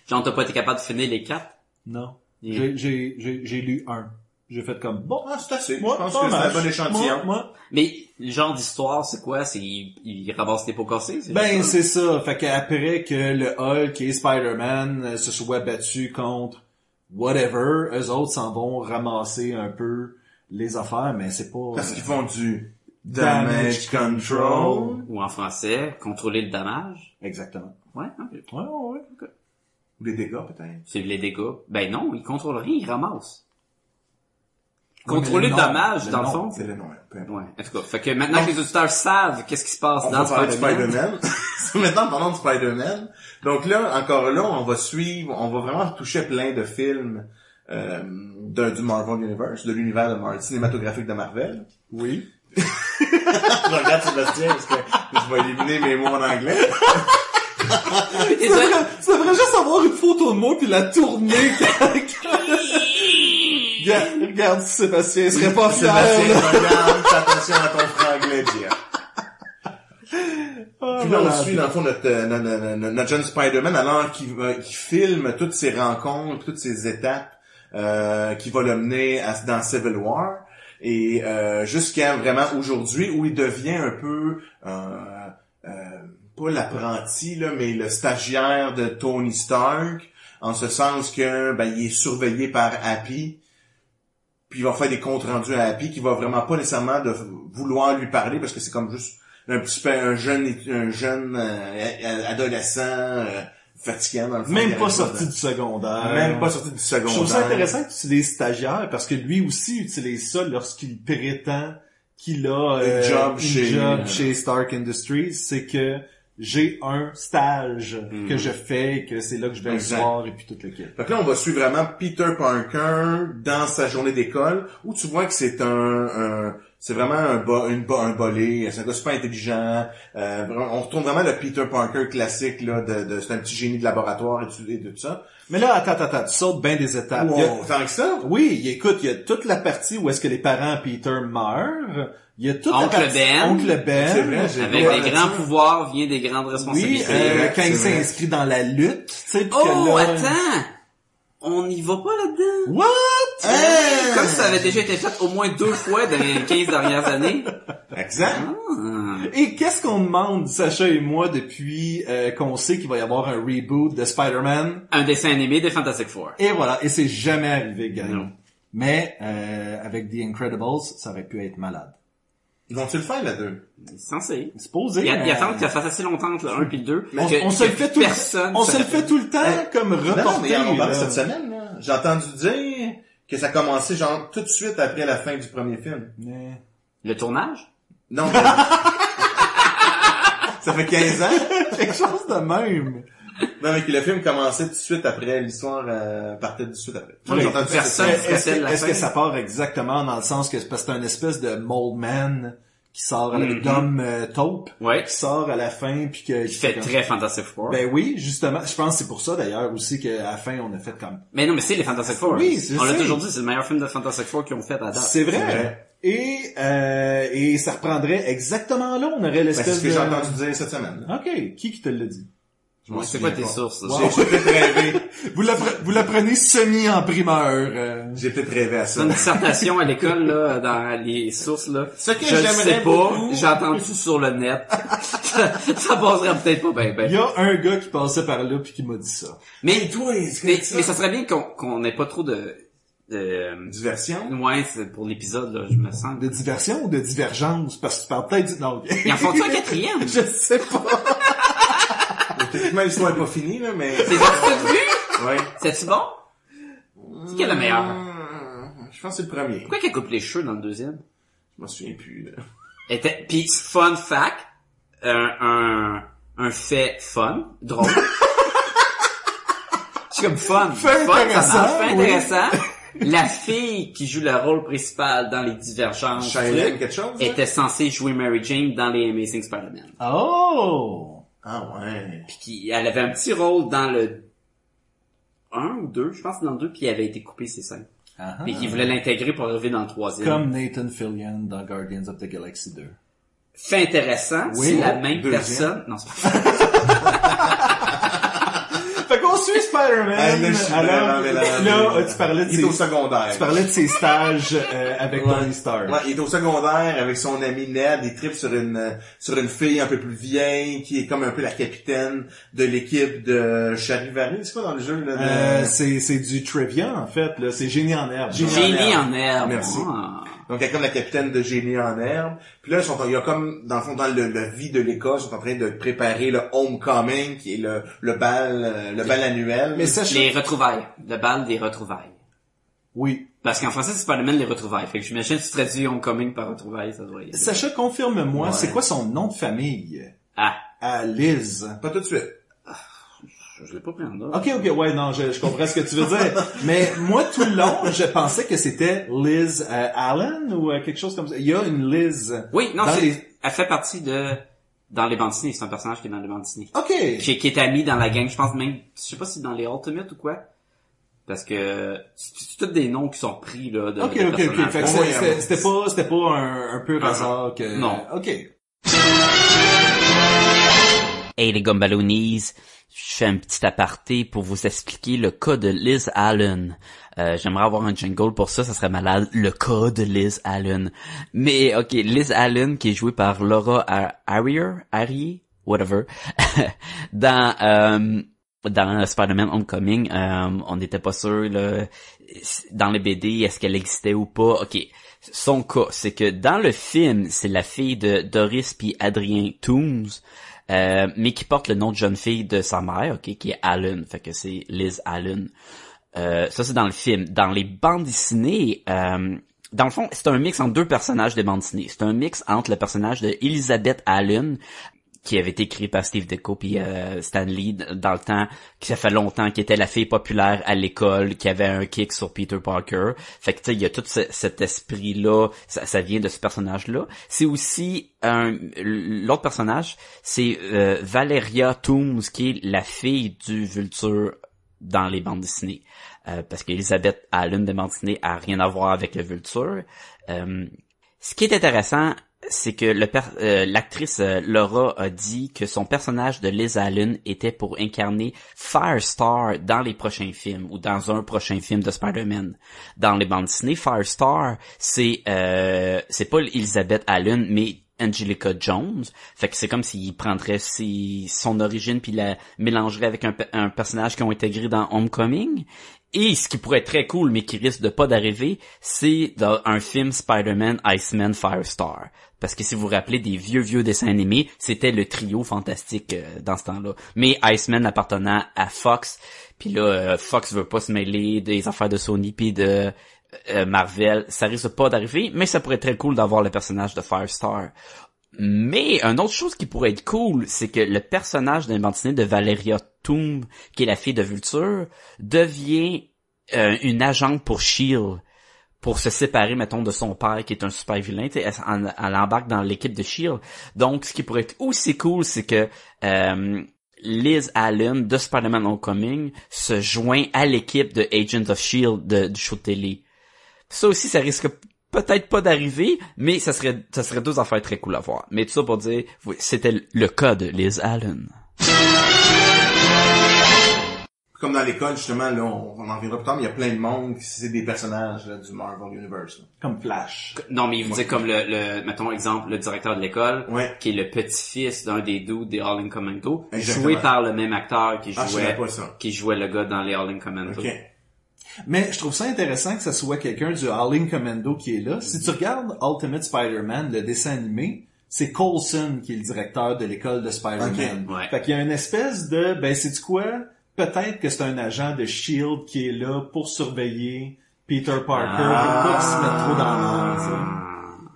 Genre, t'as pas été capable de finir les quatre? Non. Yeah. J'ai- J'ai j'ai- j'ai lu un. J'ai fait comme bon. Ah, c'est assez. Moi, je pense pas que c'est un mal. bon échantillon. Moi, moi. Mais le genre d'histoire, c'est quoi? C'est il, il ramasse des pots cassés? c'est Ben ça? c'est ça. Fait qu'après que le Hulk et Spider-Man euh, se soient battus contre whatever, eux autres s'en vont ramasser un peu les affaires, mais c'est pas... euh, Parce qu'ils font du damage control. Ou en français, contrôler le dommage. Exactement. Ouais, ok. Ouais, ouais, ouais. Ou des dégâts, peut-être. C'est les dégâts. Ben non, ils contrôlent rien, ils ramassent. Contrôler mais le non, dommage, mais dans non, le fond. C'est le nom, peu importe. Ouais, en tout cas. Fait que maintenant que les auditeurs savent qu'est-ce qui se passe On dans va parler de Spider-Man. Spider-Man. Maintenant, parlons de Spider-Man. Donc là, encore là, on va suivre, on va vraiment toucher plein de films euh, de- du Marvel Universe, de l'univers de Marvel, cinématographique de Marvel. Oui. Je regarde Sébastien parce que je vais éliminer mes mots en anglais. Et ça- Ça devrait juste avoir une photo de moi puis la tourner. regarde, regarde Sébastien, il serait pas fier. Sébastien, là. regarde, fais attention à ton franglais, Gia. Ah, Puis là, on voilà. suit, dans le fond, notre, euh, notre, notre- notre jeune Spider-Man, alors qu'il va- qu'il filme toutes ses rencontres, toutes ses étapes, euh, qui va le mener à- dans Civil War, et euh, jusqu'à vraiment aujourd'hui, où il devient un peu... euh, euh, pas l'apprenti, là, mais le stagiaire de Tony Stark, en ce sens que ben, il est surveillé par Happy, puis il va faire des comptes rendus à Happy, qui va vraiment pas nécessairement de vouloir lui parler, parce que c'est comme juste un petit peu un jeune un jeune euh, adolescent euh, fatiguant dans le fond. Il Même pas arrive sorti du dedans. secondaire. même pas sorti du secondaire. Je trouve ça intéressant que tu utilises stagiaire parce que lui aussi utilise ça lorsqu'il prétend qu'il a euh, Un job une chez- job chez Stark Industries, c'est que j'ai un stage que je fais et que c'est là que je vais Mhm. Exact. le voir et puis toute l'équipe. Fait que là, on va suivre vraiment Peter Parker dans sa journée d'école, où tu vois que c'est un, un- c'est vraiment un, bo- une, bo- un bolé, c'est un gars super intelligent. euh, vraiment- on retrouve vraiment le Peter Parker classique, là, de, de- c'est un petit génie de laboratoire et, tout- et de tout ça. Mais là, attends, attends, attends, tu sautes bien des étapes. Il y a- Wow, tant que ça? Oui, il- écoute, il y a toute la partie où est-ce que les parents Peter meurent. Il y a toute Oncle la partie Ben. Oncle Ben. C'est vrai, j'ai Avec Ouais, des là-dessus. grands pouvoirs vient des grandes Oui, responsabilités. euh, vrai, quand il c'est vrai. s'inscrit dans la lutte, tu sais, puis que oh, là- attends! On n'y va pas là-dedans. What? Euh, Euh, Hey! Comme ça avait déjà été fait au moins deux fois dans les 15 dernières années. Exact. Ah. Et qu'est-ce qu'on demande, Sacha et moi, depuis euh, qu'on sait qu'il va y avoir un reboot de Spider-Man? Un dessin animé des Fantastic Four. Et voilà, et c'est jamais arrivé, gang. Non. Mais euh, avec The Incredibles, ça aurait pu être malade. Ils vont-tu le faire, la deux? C'est censé. Supposé. Il y a, il y a mais- tant que ça fasse assez longtemps, le 1 puis le 2. euh, on, on se le fait tout, personne. on se le fait tout le temps Hey, comme reporter. Non, mais on parle là. cette semaine, là. J'ai entendu dire que ça commençait, genre, tout de suite après la fin du premier film. Mais- Le tournage? Non. ça fait 15 ans. Quelque chose de même. Non, mais que le film commençait tout de suite après, l'histoire euh, partait tout de suite après. Oui, J'ai entendu ça, personne- c'est- Est-ce se rappelle que, la est-ce fin. que ça part exactement dans le sens que c'est parce que c'est un espèce de mold man qui sort avec Mm-hmm. Mhm. Dom euh, Taupe, Ouais. qui sort à la fin puis que Qui fait très Fantastic Four. Ben oui, justement. Je pense que c'est pour ça d'ailleurs aussi qu'à la fin on a fait comme. mais non, mais c'est les Fantastic Four. Oui, c'est On l'a ça. toujours dit, c'est le meilleur film de Fantastic Four qu'ils ont fait Ah, à date. C'est vrai. Et euh, et ça reprendrait exactement là, on aurait Ben, c'est l'espèce ce que de. j'ai entendu dire cette semaine. là. Ok, qui qui te l'a dit Je m'en Ouais, c'est souviens quoi tes pas. sources, là? J'ai Wow. j'ai peut-être rêvé. Vous l'appre- vous l'apprenez semi en primeur. euh. J'ai peut-être rêvé à C'est ça. une dissertation à l'école, là, dans les sources, là. Ce que je le j'aimerais sais pas, beaucoup- j'ai entendu sur le net. ça, ça passerait peut-être pas ben Il ben. y a un gars qui passait par là puis qui m'a dit ça. Mais, toi, est-ce que mais, ça- mais ça serait bien qu'on qu'on ait pas trop de... euh, de Diversion. ouais, c'est pour l'épisode, là, je me sens. De diversion ou de divergence Parce que tu parles peut-être du non. Ils en font-tu un quatrième? Je sais pas. Techniquement, l'histoire est pas finie, là, mais... C'est ça que t'as vu? Ouais. C'est-tu bon? C'est qui est le meilleur? Hum, Je pense que c'est le premier. Pourquoi qu'elle coupe les cheveux dans le deuxième? Je m'en souviens plus, là. Elle Était... Puis, fun fact, un, un, un fait fun, drôle. C'est comme fun. Fait fun, ça intéressant, marche, fait oui. intéressant. La fille qui joue le rôle principal dans les divergences Shailene, trucs, quelque chose, là? était censée jouer Mary Jane dans les Amazing Spider-Man. Oh. Ah ouais. Puis qui- elle avait un petit rôle dans le 1 ou 2, je pense dans le 2, puis elle avait été coupée ses scènes. Ah-ha. Ah. Puis qui voulait l'intégrer pour arriver dans le troisième. Ah, Comme Nathan Fillion dans Guardians of the Galaxy 2. Fait intéressant, Oui. c'est la même Deuxième. personne. Non, c'est pas Fait qu'on suit Spider-Man. Ah, là, je suis Alors, vraiment mélangé. là, tu parlais de Il est au ses, secondaire. tu parlais de ses stages euh, avec Ouais. Tony Stark. Ouais, il est au secondaire avec son ami Ned, il tripe sur une euh, sur une fille un peu plus vieille qui est comme un peu la capitaine de l'équipe de Charivari, c'est quoi dans le jeu là de- Euh, c'est c'est du trivia en fait là, c'est génie en herbe. Génie. Génie en herbe. Merci. Ah. Donc, elle est comme la capitaine de génie en herbe. Puis là, ils sont, il y a comme, dans le fond, dans le, le vie de l'école, ils sont en train de préparer le homecoming, qui est le, le bal, euh, le bal annuel. Mais sachez... Les retrouvailles. Le bal des retrouvailles. Oui. Parce qu'en français, c'est Spider-Man les retrouvailles. Fait que j'imagine que tu traduis Homecoming par retrouvailles, ça doit y aller. Sacha, confirme-moi, Ouais. c'est quoi son nom de famille? Ah. À Liz. Pas tout de suite. Je, je l'ai pas pris en ordre. Ok, ok, ouais, non, je, je comprends ce que tu veux dire. Mais moi, tout le long, je pensais que c'était Liz euh, Allen ou euh, quelque chose comme ça. Il y a une Liz. Oui, non, Dans c'est, les- elle fait partie de, dans les bandes dessinées. C'est un personnage qui est dans les bandes dessinées. Ok. Qui, qui est ami dans la gang, je pense même, je sais pas si dans les Ultimates ou quoi. Parce que, c'est c'est tous des noms qui sont pris, là, de, Ok, de ok, personnages. ok. Fait que Bon, c'est- ouais, c'est- ouais. c'était pas, c'était pas un, un peu hasard que... Ah, Non. Ok. Hey les Gumballoonies, je fais un petit aparté pour vous expliquer le cas de Liz Allen. Euh, J'aimerais avoir un jingle pour ça, ça serait malade. Le cas de Liz Allen. Mais ok, Liz Allen qui est jouée par Laura Ar- Harrier, Harrier, whatever, dans euh, dans Spider-Man Homecoming, euh, on n'était pas sûr là, dans les BD est-ce qu'elle existait ou pas. Ok, son cas, c'est que dans le film, c'est la fille de Doris puis Adrien Toomes, euh, mais qui porte le nom de jeune fille de sa mère, ok, qui est Allen, fait que c'est Liz Allen. Euh, ça c'est dans le film. Dans les bandes dessinées, euh, dans le fond, c'est un mix entre deux personnages des bandes dessinées. C'est un mix entre le personnage de Elizabeth Allen, qui avait été créé par Steve Ditko puis euh, Stan Lee d- dans le temps, qui ça fait longtemps, qui était la fille populaire à l'école, qui avait un kick sur Peter Parker. Fait que tu sais, il y a tout ce- cet esprit-là, ça, ça vient de ce personnage-là. C'est aussi un l'autre personnage, c'est euh, Valeria Toomes, qui est la fille du Vulture dans les bandes dessinées. Euh, parce qu'Elisabeth Allen de bandes dessinées a rien à voir avec le Vulture. Euh, ce qui est intéressant, c'est que le per- euh, l'actrice euh, Laura a dit que son personnage de Liz Allen était pour incarner Firestar dans les prochains films ou dans un prochain film de Spider-Man. Dans les bandes dessinées, Firestar, c'est euh, c'est pas Elizabeth Allen, mais Angelica Jones. Fait que c'est comme s'il prendrait ses- son origine puis la mélangerait avec un, pe- un personnage qu'ils ont intégré dans Homecoming. Et ce qui pourrait être très cool, mais qui risque de pas d'arriver, c'est dans un film Spider-Man, Iceman, Firestar. Parce que si vous vous rappelez des vieux, vieux dessins animés, c'était le trio fantastique euh, dans ce temps-là. Mais Iceman appartenant à Fox, puis là, euh, Fox veut pas se mêler des affaires de Sony puis de euh, Marvel. Ça risque pas d'arriver, mais ça pourrait être très cool d'avoir le personnage de Firestar. Mais une autre chose qui pourrait être cool, c'est que le personnage d'un bandiné de Valeria Toom, qui est la fille de Vulture, devient euh, une agente pour Shield E pour se séparer, mettons, de son père qui est un super vilain. tu sais, Elle, elle- elle embarque dans l'équipe de Shield. E Donc, ce qui pourrait être aussi cool, c'est que euh, Liz Allen de Spider-Man Homecoming se joint à l'équipe de Agents of Shield E de- du show de télé. Ça aussi, ça risque peut-être pas d'arriver, mais ça serait, ça serait deux affaires très cool à voir. Mais tout ça pour dire, oui, c'était le cas de Liz Allen. Comme dans l'école, justement, là, on, on en verra plus tard, mais il y a plein de monde qui c'est des personnages là, du Marvel Universe. là. Comme Flash. Non, mais il vous dit comme le, le, mettons exemple, le directeur de l'école, Ouais. qui est le petit-fils d'un des dudes des All in Commando, Exactement. joué par le même acteur qui Ah, je jouait, savais pas ça. qui jouait le gars dans les All in Commando. Ok. Mais je trouve ça intéressant que ça soit quelqu'un du Howling Commando qui est là. Si tu regardes Ultimate Spider-Man, le dessin animé, c'est Coulson qui est le directeur de l'école de Spider-Man. Ok, ouais. Fait qu'il y a une espèce de, ben c'est du quoi? Peut-être que c'est un agent de S.H.I.E.L.D. E qui est là pour surveiller Peter Parker, Ah. pour pas qu'il se mette trop dans l'ordre, tu sais.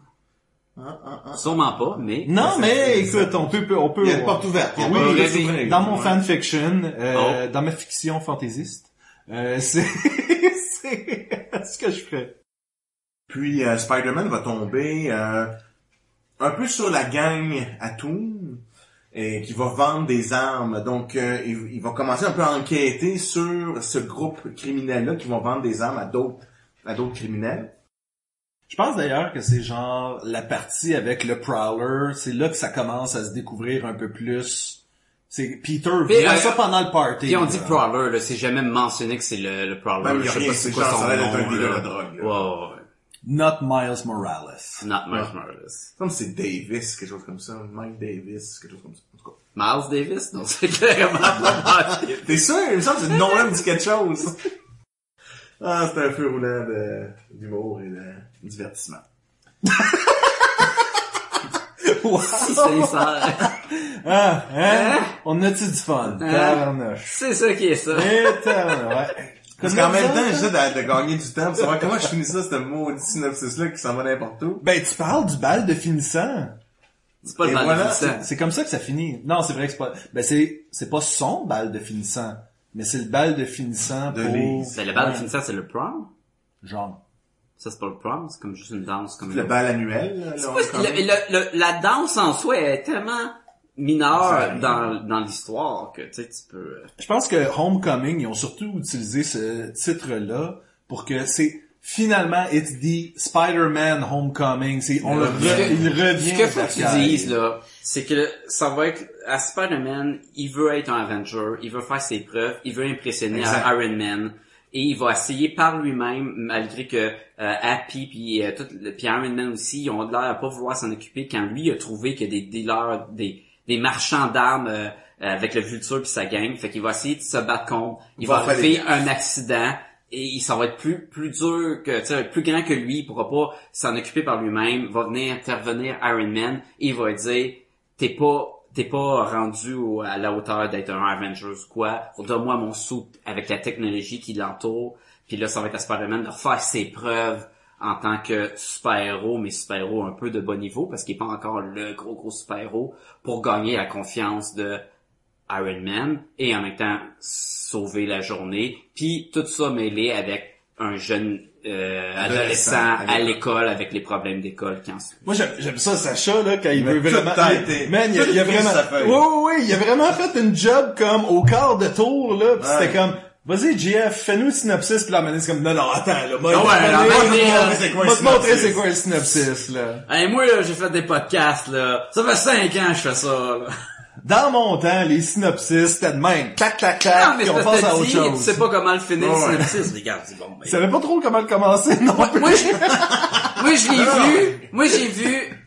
Ah, ah, ah. Sûrement pas, mais... Non, mais écoute, on peut, on peut. Il y a une porte ouverte. il y a Oui, pas de oui, porte oui. ouverte. Dans mon Ouais. Oh. fanfiction, euh, dans ma fiction fantaisiste, euh, c'est, c'est ce que je ferais. Puis euh, Spider-Man va tomber euh, un peu sur la gang à Toon et qui va vendre des armes. Donc euh, il, il va commencer un peu à enquêter sur ce groupe criminel-là qui vont vendre des armes à d'autres à d'autres criminels. Je pense d'ailleurs que c'est genre la partie avec le Prowler, c'est là que ça commence à se découvrir un peu plus. C'est Peter Mais, vient euh, ça pendant le party. Puis on dit là. Prowler, là, c'est jamais mentionné que c'est le, le Prowler. Ben, il y je a sais rien, pas c'est c'est quoi genre, son ça a l'air d'être un nom, dealer là. de drogue, là. Wow, ouais. Not Miles Morales. Not Miles Morales. Comme c'est Davis, quelque chose comme ça. Mike Davis, quelque chose comme ça. En tout cas. Miles Davis? Non, c'est clairement ah, pas Miles. T'es sûr? Il me semble que ce nom-là me dit quelque chose. Ah, c'est un feu roulant de- d'humour et de divertissement. Si c'est ça. Ah, hein? On a-tu du fun? Tabarnouche. C'est ça qui est ça. Eh, tabarnouche, ouais. Parce qu'en même temps, j'essaie de, de gagner du temps pour savoir comment je finis ça, ce maudit synopsis-là qui s'en va n'importe où. Ben, tu parles du bal de finissant. C'est pas Et le mal voilà, de C'est comme ça que ça finit. Non, c'est vrai que c'est pas... Ben, c'est, c'est pas son bal de finissant, mais c'est le bal de finissant De pour... Lise. Ben, le bal de finissant, c'est le prom. Genre. Ça, c'est pas le prom, c'est comme juste une danse. Mm. comme une Le autre. bal annuel, là, C'est là, pas- on le- le- le- la danse en soi elle est tellement Ça mineure arrive. dans, dans l'histoire que tu sais tu peux euh, Je pense que Homecoming, ils ont surtout utilisé ce titre-là pour que c'est... Finalement, it's the Spider-Man Homecoming. C'est, on le, Ce que- re- il revient. ce que faut vers que tu Kyle. dises là c'est que ça va être à Spider-Man il veut être un Avenger il veut faire ses preuves il veut impressionner Exact. à Iron Man et il va essayer par lui-même malgré que euh, Happy puis euh, tout le- puis Iron Man aussi ils ont l'air à pas vouloir s'en occuper quand lui a trouvé que des dealers des des marchands d'armes euh, avec le Vulture puis sa gang fait qu'il va essayer de se battre contre il Va va, faire arriver un accident et il- ça va être plus plus dur que tu sais plus grand que lui il pourra pas s'en occuper par lui-même va venir intervenir Iron Man et il va dire t'es pas t'es pas rendu au- à la hauteur d'être un Avengers quoi donne-moi mon sou avec la technologie qui l'entoure puis là ça va être à Spider-Man de refaire ses preuves en tant que super-héros, mais super-héros un peu de bon niveau, parce qu'il n'est pas encore le gros gros super-héros, pour gagner la confiance de Iron Man et en même temps sauver la journée. Puis tout ça mêlé avec un jeune euh, Adolescent, adolescent à à l'école avec les problèmes d'école qui en suivent. Moi, j'aime, j'aime ça, Sacha, là, quand il Mais veut tout vraiment... a été- Man, il a, tout il a a pris vraiment... sa feuille. Oui, oui, oui, il a vraiment fait une job comme au quart de tour, là, pis Ouais. c'était comme... Vas-y, JF, fais-nous le synopsis, pis là, Mané, c'est comme, non, non, attends, là, moi, Ah ouais, Mané, là, moi, Mané, je là, vais te montrer c'est quoi un moi, te montrer synopsis. c'est quoi un synopsis, là. Hey, moi là, j'ai fait des podcasts là. Ça fait cinq ans que je fais ça. Là. Dans mon temps, les synopsis, c'était de même. Clac, clac, Ah, clac, non mais pis on parce passe que à t'as autre dit, tu chose. sais pas comment le finir le Ouais. synopsis. Regarde, dis bon. ben, Tu savais pas trop comment le commencer, non plus. Moi, je, moi, je l'ai vu. Moi, j'ai vu.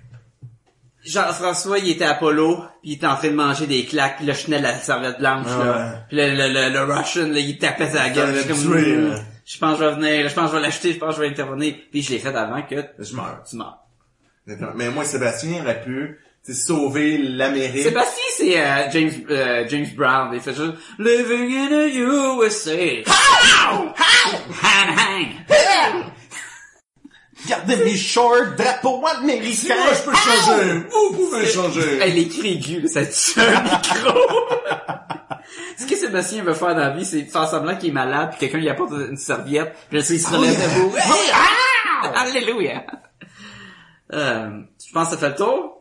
Jean-François, il était Apollo, puis il était en train de manger des claques, puis là, je tenais la serviette blanche, Ah, Ouais. là. Puis le, le, le, le Russian, là, il tapait sa gueule. allait Je, le suis comme, tuer, Hum, là. je pense que je vais venir, là, je pense que je vais l'acheter, je pense que je vais intervenir. Puis je l'ai fait avant que Je meurs. tu meurs. Exactement. Mais moi, Sébastien aurait pu tu sais, sauver l'Amérique. Sébastien, c'est euh, James, euh, James Brown. Il fait juste Living in the USA. How? How? Hang, hang. Regardez mes shorts, drapeau Si américain. moi, je peux changer. Vous pouvez changer. Elle écrit aiguë, ça tue un micro. Ce que Sébastien veut faire dans la vie, c'est faire semblant qu'il est malade, puis quelqu'un lui apporte une serviette, puis là, il se relève debout. Hey, ah! Alléluia! Euh, je pense que ça fait le tour.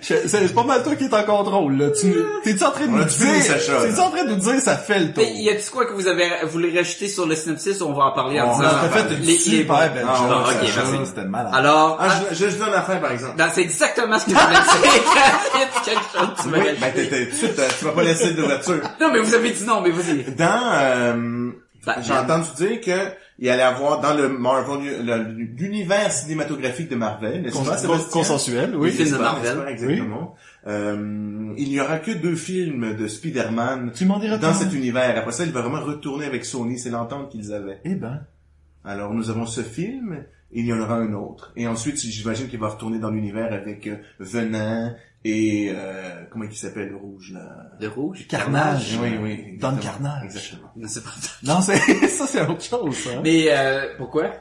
Je- C'est c'est pas mal toi qui est en contrôle, là. Tu, t'es-tu en train de On nous a tué dire, Sacha, là. t'es-tu en train de nous dire, ça fait le tour? Mais y a-tu quoi que vous avez voulu rajouter sur le synopsis? On va en parler en On disant... euh, en a T'as fait une les- les- super belle Ah, job, ouais, ok, Sacha, merci. C'était malade. Alors, Ah, je, je, je donne l'affaire, par exemple. dans- c'est exactement ce que je voulais dire. quelque chose que tu m'avais Oui, ben, t'es, t'es, tu, t'as- tu vas pas laisser d'ouverture. Non, mais vous avez dit non, mais vas-y. Bah, Dans, euh, Batman. j'ai entendu dire que il allait avoir dans le Marvel, le- l'univers cinématographique de Marvel, n'est-ce Cons- pas, cons- Sébastien? consensuel, oui. Les films de N'est-ce pas, Marvel. n'est-ce pas, Exactement. Euh, il n'y aura que deux films de Spider-Man Tu m'en diras dans tant. cet univers. Après ça, il va vraiment retourner avec Sony. C'est l'entente qu'ils avaient. Eh ben. Alors, nous avons ce film, et il y en aura un autre. Et ensuite, j'imagine qu'il va retourner dans l'univers avec euh, Venom et... euh, comment il s'appelle, le rouge, là? De rouge. Carnage. Oui, oui. Don exactement. Carnage. Exactement. Non, c'est pas ça. Non, c'est, ça c'est autre chose, ça. Mais, euh, pourquoi?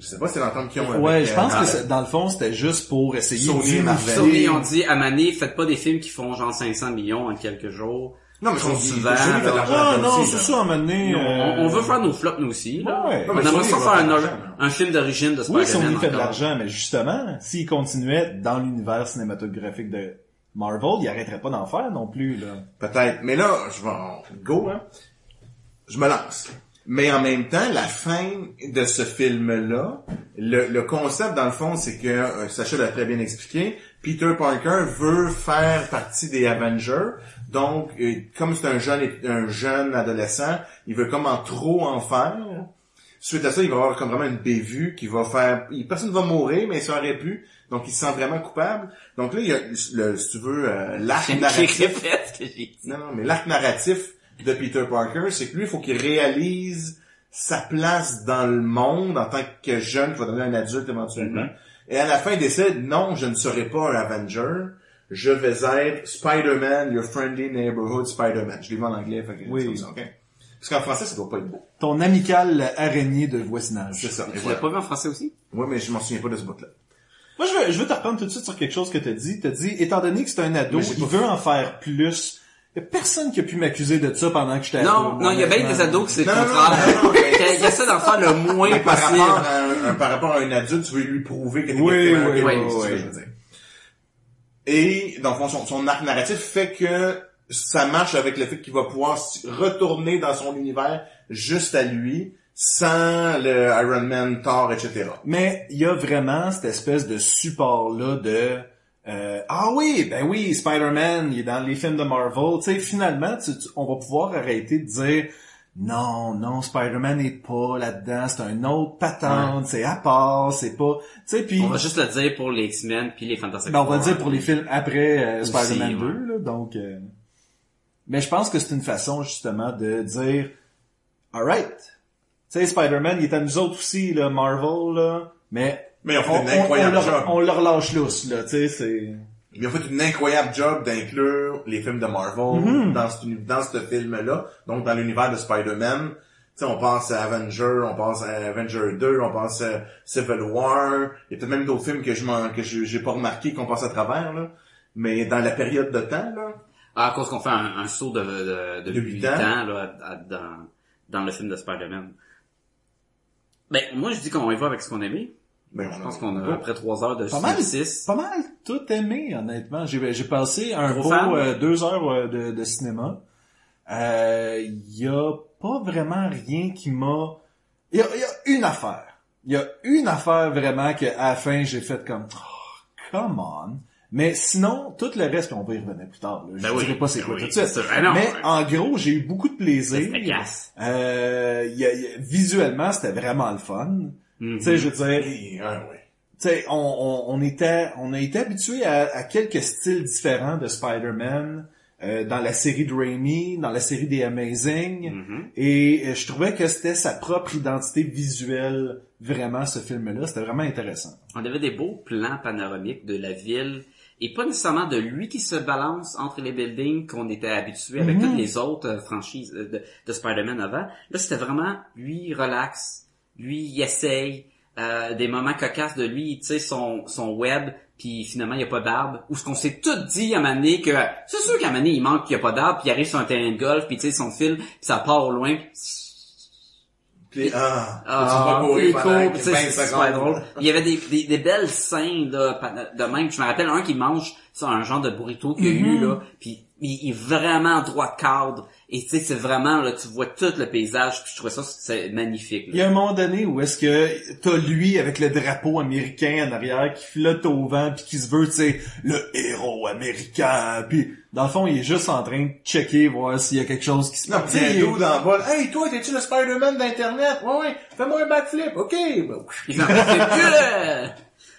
Je sais pas, c'est l'entente qu'ils ont avec, ouais, je euh, pense que Marvel. c'est- dans le fond, c'était juste pour essayer Sony et Ben, Marvel. Sony ils ont dit à Mané, faites pas des films qui font genre 500 millions en quelques jours. Non, mais Sony, Sony Sony va, fait de là. l'argent Ah, là-dedans non, aussi, c'est là. ça, à un moment donné, On, euh, on veut faire nos flops nous aussi. Là. Ouais. Non, On mais aimerait Sony ça va faire faire de un, l'argent, là. un film d'origine de Oui, Spider-Man. Sony fait de encore. l'argent, mais justement, s'il continuait dans l'univers cinématographique de Marvel, il arrêterait pas d'en faire non plus, là. Peut-être. Mais là, je vais en go, hein. Je me lance. Mais en même temps, la fin de ce film-là, le, le concept, dans le fond, c'est que, euh, Sacha l'a très bien expliqué, Peter Parker veut faire partie des Avengers. Donc, euh, comme c'est un jeune, un jeune adolescent, il veut comme en trop en faire. Suite à ça, il va avoir comme vraiment une bévue qui va faire... il- Personne ne va mourir, mais ça aurait pu. Donc, il se sent vraiment coupable. Donc là, il y a, le, si tu veux, euh, l'arc narratif. Je répète ce que j'ai dit. Non, non, mais l'arc narratif de Peter Parker, c'est que lui, il faut qu'il réalise sa place dans le monde en tant que jeune qui va devenir un adulte éventuellement. Mm-hmm. Et à la fin, il décide, non, je ne serai pas un Avenger. Je vais être Spider-Man, your friendly neighborhood Spider-Man. Je l'ai vu en anglais, fait que Oui. c'est comme ça, ok? Parce qu'en français, ça doit pas être beau. Ton amical araignée de voisinage. C'est ça. Et Tu l'as voilà. pas vu en français aussi? Ouais, mais je m'en souviens pas de ce bout-là. Moi, je veux, je veux te reprendre tout de suite sur quelque chose que t'as dit. T'as dit, étant donné que c'est un ado, Mais j'ai il pas veut en faire plus. Y a personne qui a pu m'accuser de ça pendant que j'étais ado. Non, non, il y a bien honnêtement. des ados qui c'est le Non, non, contraire. non, non, non, mais- Qui essaient d'en faire le moins Mais par possible. rapport, à un, un- par rapport à un adulte, tu veux lui prouver que t'es Oui, quelqu'un, oui, ok, oui, c'est ce que oui. je veux dire. Et, dans le fond, son, son arc narratif fait que ça marche avec le fait qu'il va pouvoir s- retourner dans son univers juste à lui, sans le Iron Man, Thor, etc. Mais il y a vraiment cette espèce de support-là de... euh, ah oui, ben oui, Spider-Man, il est dans les films de Marvel. Tu sais, finalement, tu- tu- on va pouvoir arrêter de dire... Non, non, Spider-Man n'est pas là-dedans, c'est un autre patente, c'est à part, c'est pas... Tu sais, puis... On va juste le dire pour les X-Men puis les Fantastic Ben, on Four. va le dire pour les films après euh, Aussi, Spider-Man ouais. 2, là, donc... euh, Mais je pense que c'est une façon, justement, de dire... Alright! Tu sais, Spider-Man, il est à nous autres aussi, là, Marvel, là, mais... Mais on fait on, une on- on incroyable job. leur, on leur lâche lousse, là, tu sais, c'est... Ils ont fait une incroyable job d'inclure les films de Marvel dans ce, dans ce film-là, donc dans l'univers de Spider-Man. Tu sais, on pense à Avenger, on pense à Avenger 2, on pense à Civil War. Il y a peut-être même d'autres films que je m'en, que je- j'ai pas remarqué qu'on passe à travers, là. Mais dans la période de temps, là. Ah, à cause qu'on fait un, un saut de, de, de, De huit 8 ans. ans, là, à- à- dans, dans le film de Spider-Man. Ben, moi, je dis qu'on y va avec ce qu'on aimait. Ben, Je pense qu'on a après 3 heures de Pas mal, synopsis. pas mal tout aimé, honnêtement. J'ai, j'ai passé un Trop beau fan? euh, deux heures euh, de, de cinéma. Il euh, y a pas vraiment rien qui m'a... Il y a, y a une affaire. Il y a une affaire vraiment que à la fin, j'ai fait comme... Oh, come on. Mais sinon, tout le reste, on va y revenir plus tard. là. Je Ben dirai oui, pas c'est ben quoi oui, tout de suite. c'est sûr. Ah non, Mais ouais. en gros, j'ai eu beaucoup de plaisir. C'était casse. Euh, y a- y a- visuellement, c'était vraiment le fun. Mhm. Tu sais, je veux dire, Oui, hein, oui. tu sais, on, on, on était, on a été habitué à, à quelques styles différents de Spider-Man euh, dans la série de Raimi, dans la série des Amazing, Mm. Mhm. et euh, je trouvais que c'était sa propre identité visuelle vraiment ce film-là. C'était vraiment intéressant. On avait des beaux plans panoramiques de la ville et pas nécessairement de lui qui se balance entre les buildings qu'on était habitué avec Mhm. toutes les autres euh, franchises euh, de, de Spider-Man avant. Là, c'était vraiment lui relax, lui il essaye euh, des moments cocasses de lui, tu sais son son web puis finalement il y a pas d'arbre ou ce qu'on s'est tout dit à Mané que c'est sûr qu'à Mané il manque qu'il y a pas d'arbre puis il arrive sur un terrain de golf puis tu sais son fil puis ça part au loin Puis, ah, ah, tu vas courir il pendant court, tu sais, 20 c'est super secondes. drôle. Il y avait des, des, des belles scènes là, pa- de même. Je me rappelle un qui mange sur un genre de burrito qu'il y a Mm-hmm. eu là, puis il, il est vraiment droit de cadre. Et tu sais, c'est vraiment là, tu vois tout le paysage. Puis je trouvais ça c'est magnifique. là. Il y a un moment donné où est-ce que t'as lui avec le drapeau américain en arrière qui flotte au vent puis qui se veut, tu sais, le héros américain. Puis dans le fond, il est juste en train de checker voir s'il y a quelque chose qui se Non, passe. puis il y a un dude en bas. Hey, toi, t'es-tu le Spider-Man d'Internet? Ouais, ouais. Fais-moi un backflip. OK. Ben, Il fait un petit peu.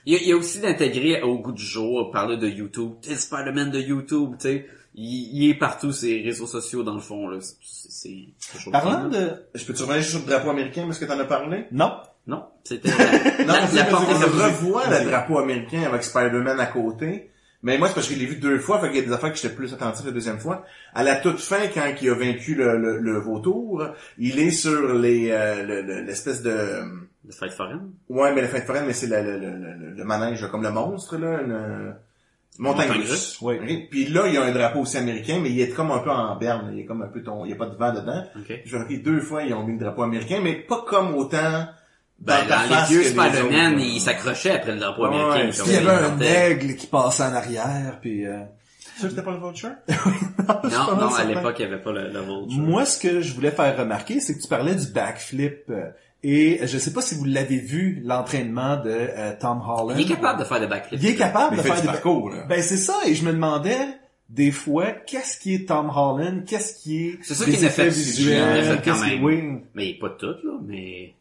Il y a- il y a aussi d'intégrer au goût du jour, parler de YouTube, t'es le Spider-Man de YouTube, tu sais. Il, il est partout, ces réseaux sociaux, dans le fond, là. C'est- C'est, c'est quelque Parlant chose. de... Je peux te revenir juste sur le drapeau américain parce que t'en as parlé? Non. Non, c'était... la- Non, la- c'est la parce portée qu'on de- revoit le drapeau américain avec Spider-Man à côté. Mais moi, c'est parce que je l'ai vu deux fois, fait qu'il y a des affaires que j'étais plus attentif la deuxième fois. À la toute fin, quand il a vaincu le, le, le vautour, il est sur les euh, le- le- l'espèce de... de Fight Foreign. Ouais, mais la fête foraine, mais c'est le, le, le, le, le manège, comme le monstre, là, une... Montagne Montagne russe. russe, oui. Ok. Puis là, il y a un drapeau aussi américain, mais il est comme un peu en berne. Il est comme un peu ton... Il n'y a pas de vent dedans. OK. Je vais dire, deux fois, ils ont mis le drapeau américain, mais pas comme autant... Ben, ta dans, face les vieux que autres, Spider-Man, là. ils s'accrochaient après le drapeau Ouais, américain. puis comme Puis il y avait un ils aigle qui passait en arrière, puis... euh, Ça, c'était pas le Vulture? plantaient. Non, non, à certain. l'époque, il n'y avait pas le, le Vulture. Moi, ce que je voulais faire remarquer, c'est que tu parlais du backflip. euh, Et je sais pas si vous l'avez vu, l'entraînement de euh, Tom Holland. il est capable de faire des backflips. Il est capable Mais de il fait faire du des parcours, là. Ben c'est ça, et je me demandais des fois qu'est-ce qui est Tom Holland, qu'est-ce qui est C'est sûr des qu'il en a effets fait- il en a visuels, fait quand qu'est-ce qui même. oui. Mais pas tout, là, mais...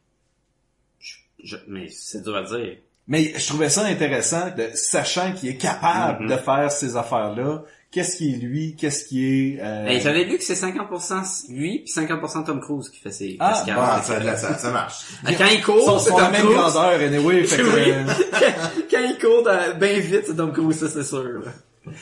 je- je- mais c'est dur à dire. Mais je trouvais ça intéressant, de, sachant qu'il est capable Mhm. de faire ces affaires-là. Qu'est-ce qui est lui, qu'est-ce qui est... euh, Eh, J'avais lu que c'est 50% lui puis 50% Tom Cruise qui fait ses Ah, Pascal. Ah, ça, ça, ça marche. Ah, Quand il sont, court, c'est sont la Tom même Cruise. grandeur, anyway. Fait que, Oui. euh, Quand il court dans- ben vite, c'est Tom Cruise, ça c'est sûr. là.